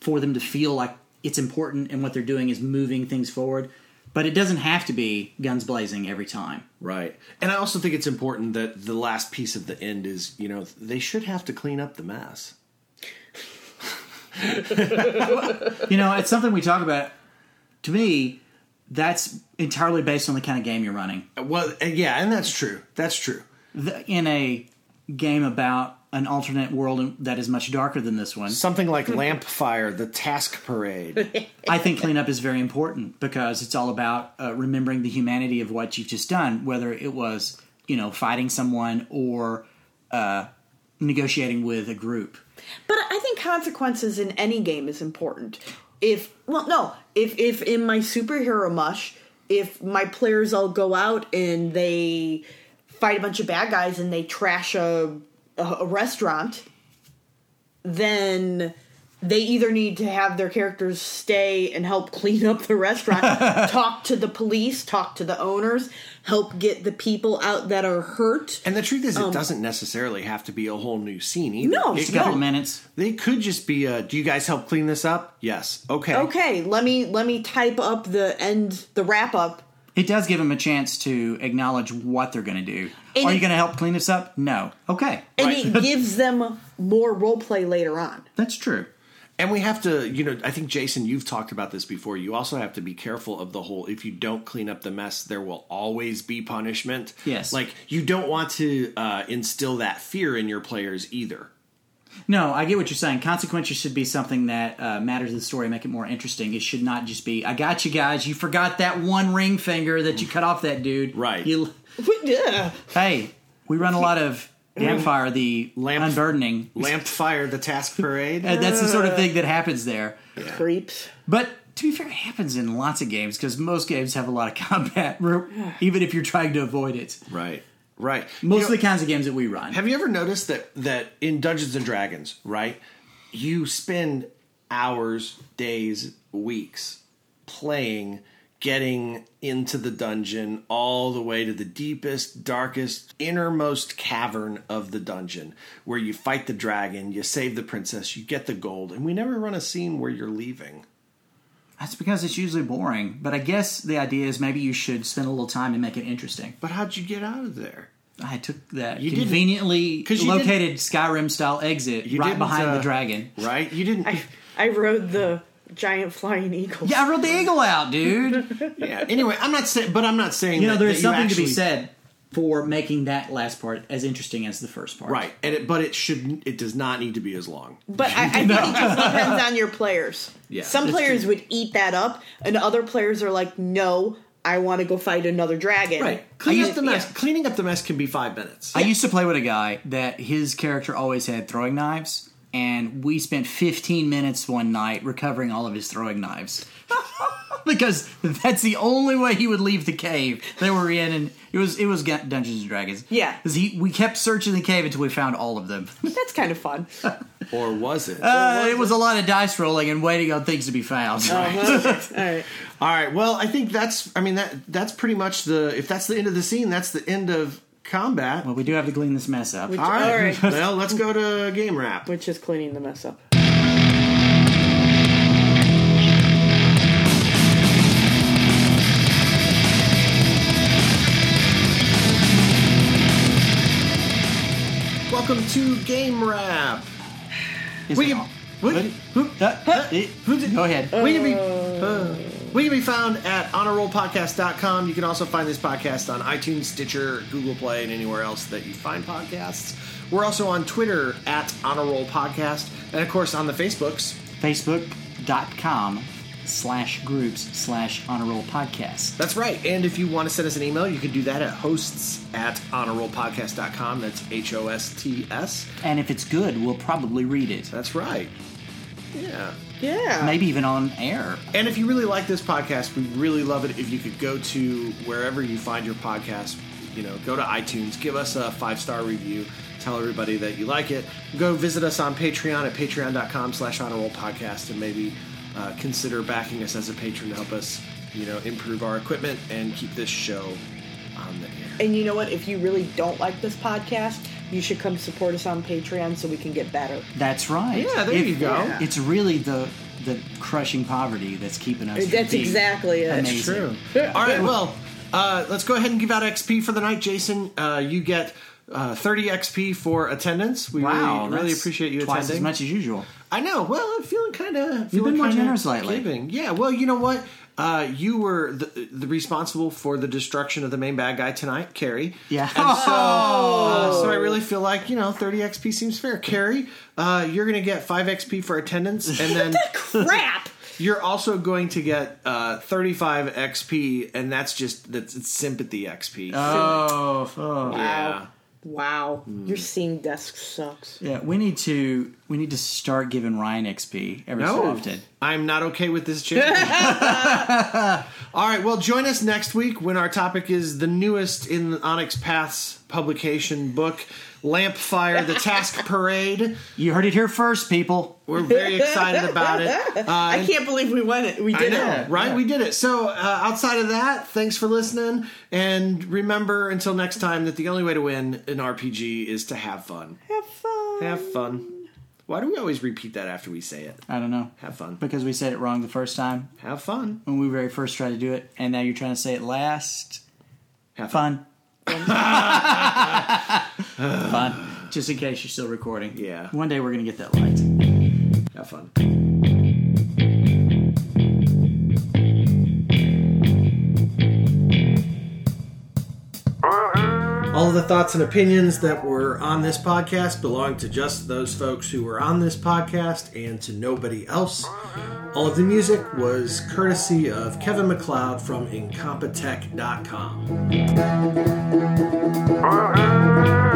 for them to feel like it's important and what they're doing is moving things forward. But it doesn't have to be guns blazing every time. Right. And I also think it's important that the last piece of the end is, you know, they should have to clean up the mess. You know, it's something we talk about. To me, that's entirely based on the kind of game you're running. Well, and yeah, and that's true. That's true. The, in a game about an alternate world that is much darker than this one, Something like Lampfire, the task parade. I think cleanup is very important because it's all about uh, remembering the humanity of what you've just done, whether it was you know fighting someone or uh, negotiating with a group. But I think consequences in any game is important. If well, no, if if in my superhero mush, if my players all go out and they fight a bunch of bad guys and they trash a a, a restaurant, then they either need to have their characters stay and help <laughs> clean up the restaurant, talk to the police, talk to the owners, help get the people out that are hurt. and the truth is, it doesn't necessarily have to be a whole new scene either. No, It A couple no. could- minutes. They could just be, uh, do you guys help clean this up? Yes. Okay. okay let me let me type up the end the wrap up It does give them a chance to acknowledge what they're going to do. And Are you it- going to help clean this up? No. Okay, and Right. it gives them more role play later on that's true. And we have to, you know, I think Jason, you've talked about this before. You also have to be careful of the whole if you don't clean up the mess, there will always be punishment. Yes. Like you don't want to uh, instill that fear in your players either. No, I get what you're saying. Consequences should be something that uh, matters to the story, make it more interesting. It should not just be, "I got you guys. You forgot that one ring finger that you cut off that dude." Right. You, yeah. hey, we run a lot of Lampfire the Lamp- unburdening. Lamp fire the task <laughs> parade. Uh, That's the sort of thing that happens there. Creeps. But to be fair, it happens in lots of games because most games have a lot of combat, <laughs> even if you're trying to avoid it. right. Right. Most You know- of the kinds of games that we run. Have you ever noticed that that in Dungeons and Dragons, right? You spend hours, days, weeks playing, getting into the dungeon all the way to the deepest, darkest, innermost cavern of the dungeon where you fight the dragon, you save the princess, you get the gold, and we never run a scene where you're leaving. That's because it's usually boring. But I guess the idea is maybe you should spend a little time and make it interesting. But how'd you get out of there? I took that You didn't- conveniently 'Cause you located Skyrim style exit You right didn't, behind uh, the dragon. Right? You didn't I, I rode the giant flying eagle. Yeah, I rolled the eagle <laughs> out, dude. <laughs> Yeah. Anyway, I'm not saying but I'm not saying you know, that- there that is something to be actually- said for making that last part as interesting as the first part. Right. And it but it should it does not need to be as long. But I, I think it just depends on your players. Yeah, Some that's players would eat that up, and other players are like, no, I want to go fight another dragon. Right. Clean I up the mess. Cleaning up the mess can be five minutes. I used to play with a guy that his character always had throwing knives, and we spent 15 minutes one night recovering all of his throwing knives. <laughs> because that's the only way he would leave the cave they were in, and it was it was Gun- Dungeons and Dragons. Yeah. 'Cause he we kept searching the cave until we found all of them. Yeah, That's kind of <laughs> fun. or was it? Uh, it was a lot of dice rolling and waiting on things to be found. Uh-huh. All right. All right. Well, I think that's. I mean that that's pretty much the. If that's the end of the scene, that's the end of combat. But we do have to clean this mess up. All right. All right. well, let's go to game wrap. Which is cleaning the mess up. Welcome to game wrap. Is We it can, all- we, Go ahead. we can be. uh, we can be found at honorrollpodcast.com. You can also find this podcast on iTunes, Stitcher, Google Play, and anywhere else that you find podcasts. We're also on Twitter at honorrollpodcast, and of course on the Facebooks Facebook.com slash groups slash honor roll podcast. That's right. And if you want to send us an email, you can do that at hosts at honorrollpodcast.com. That's H O S T S. And if it's good, we'll probably read it. That's right. Yeah. Yeah. Maybe even on air. And if you really like this podcast, we really love it if you could go to wherever you find your podcast. You know, go to iTunes, give us a five star review, tell everybody that you like it. Go visit us on Patreon at patreon.com slash honorroll podcast and maybe uh, consider backing us as a patron to help us, you know, improve our equipment and keep this show on the air. And you know what? If you really don't like this podcast, you should come support us on Patreon so we can get better. That's right. Yeah, there you go. Yeah. It's really the the crushing poverty that's keeping us. from That's being exactly it. amazing. True. All right. Well, uh, let's go ahead and give out XP for the night, Jason. Uh, you get uh, 30 XP for attendance. We Wow, really, really that's appreciate you twice attending. as much as usual. I know. Well, I'm feeling kind of. been more generous lately. Yeah. Well, you know what? Uh, you were the, the responsible for the destruction of the main bad guy tonight, Carrie. Yeah. And so, uh, so I really feel like you know 30 XP seems fair. Carrie, uh, you're going to get five XP for attendance, and then <laughs> Crap! you're also going to get uh, 35 XP, and that's just that's it's sympathy XP. Oh, oh. yeah. Hmm. Wow. Your scene desk sucks. Yeah, we need to we need to start giving Ryan XP every so No, often. I'm not okay with this <laughs> <laughs> change. All right, well, join us next week when our topic is the newest in Onyx Path's publication book, Lampfire: The Task <laughs> Parade. You heard it here first, people. We're very excited <laughs> about it. Uh, <laughs> I can't believe we went it. We I did know, it. right? We did it. So, uh, outside of that, thanks for listening. And remember until next time that the only way to win an RPG is to have fun. Have fun. Have fun. Why do we always repeat that after we say it? I don't know. Have fun. Because we said it wrong the first time Have fun. when we very first tried to do it, and now you're trying to say it last. Have <laughs> Fun. Fun. Just in case you're still recording. Yeah. One day we're gonna get that light. Have fun. All All the thoughts and opinions that were on this podcast belong to just those folks who were on this podcast and to nobody else. All of the music was courtesy of Kevin McLeod from Incompetech.com. Uh-uh.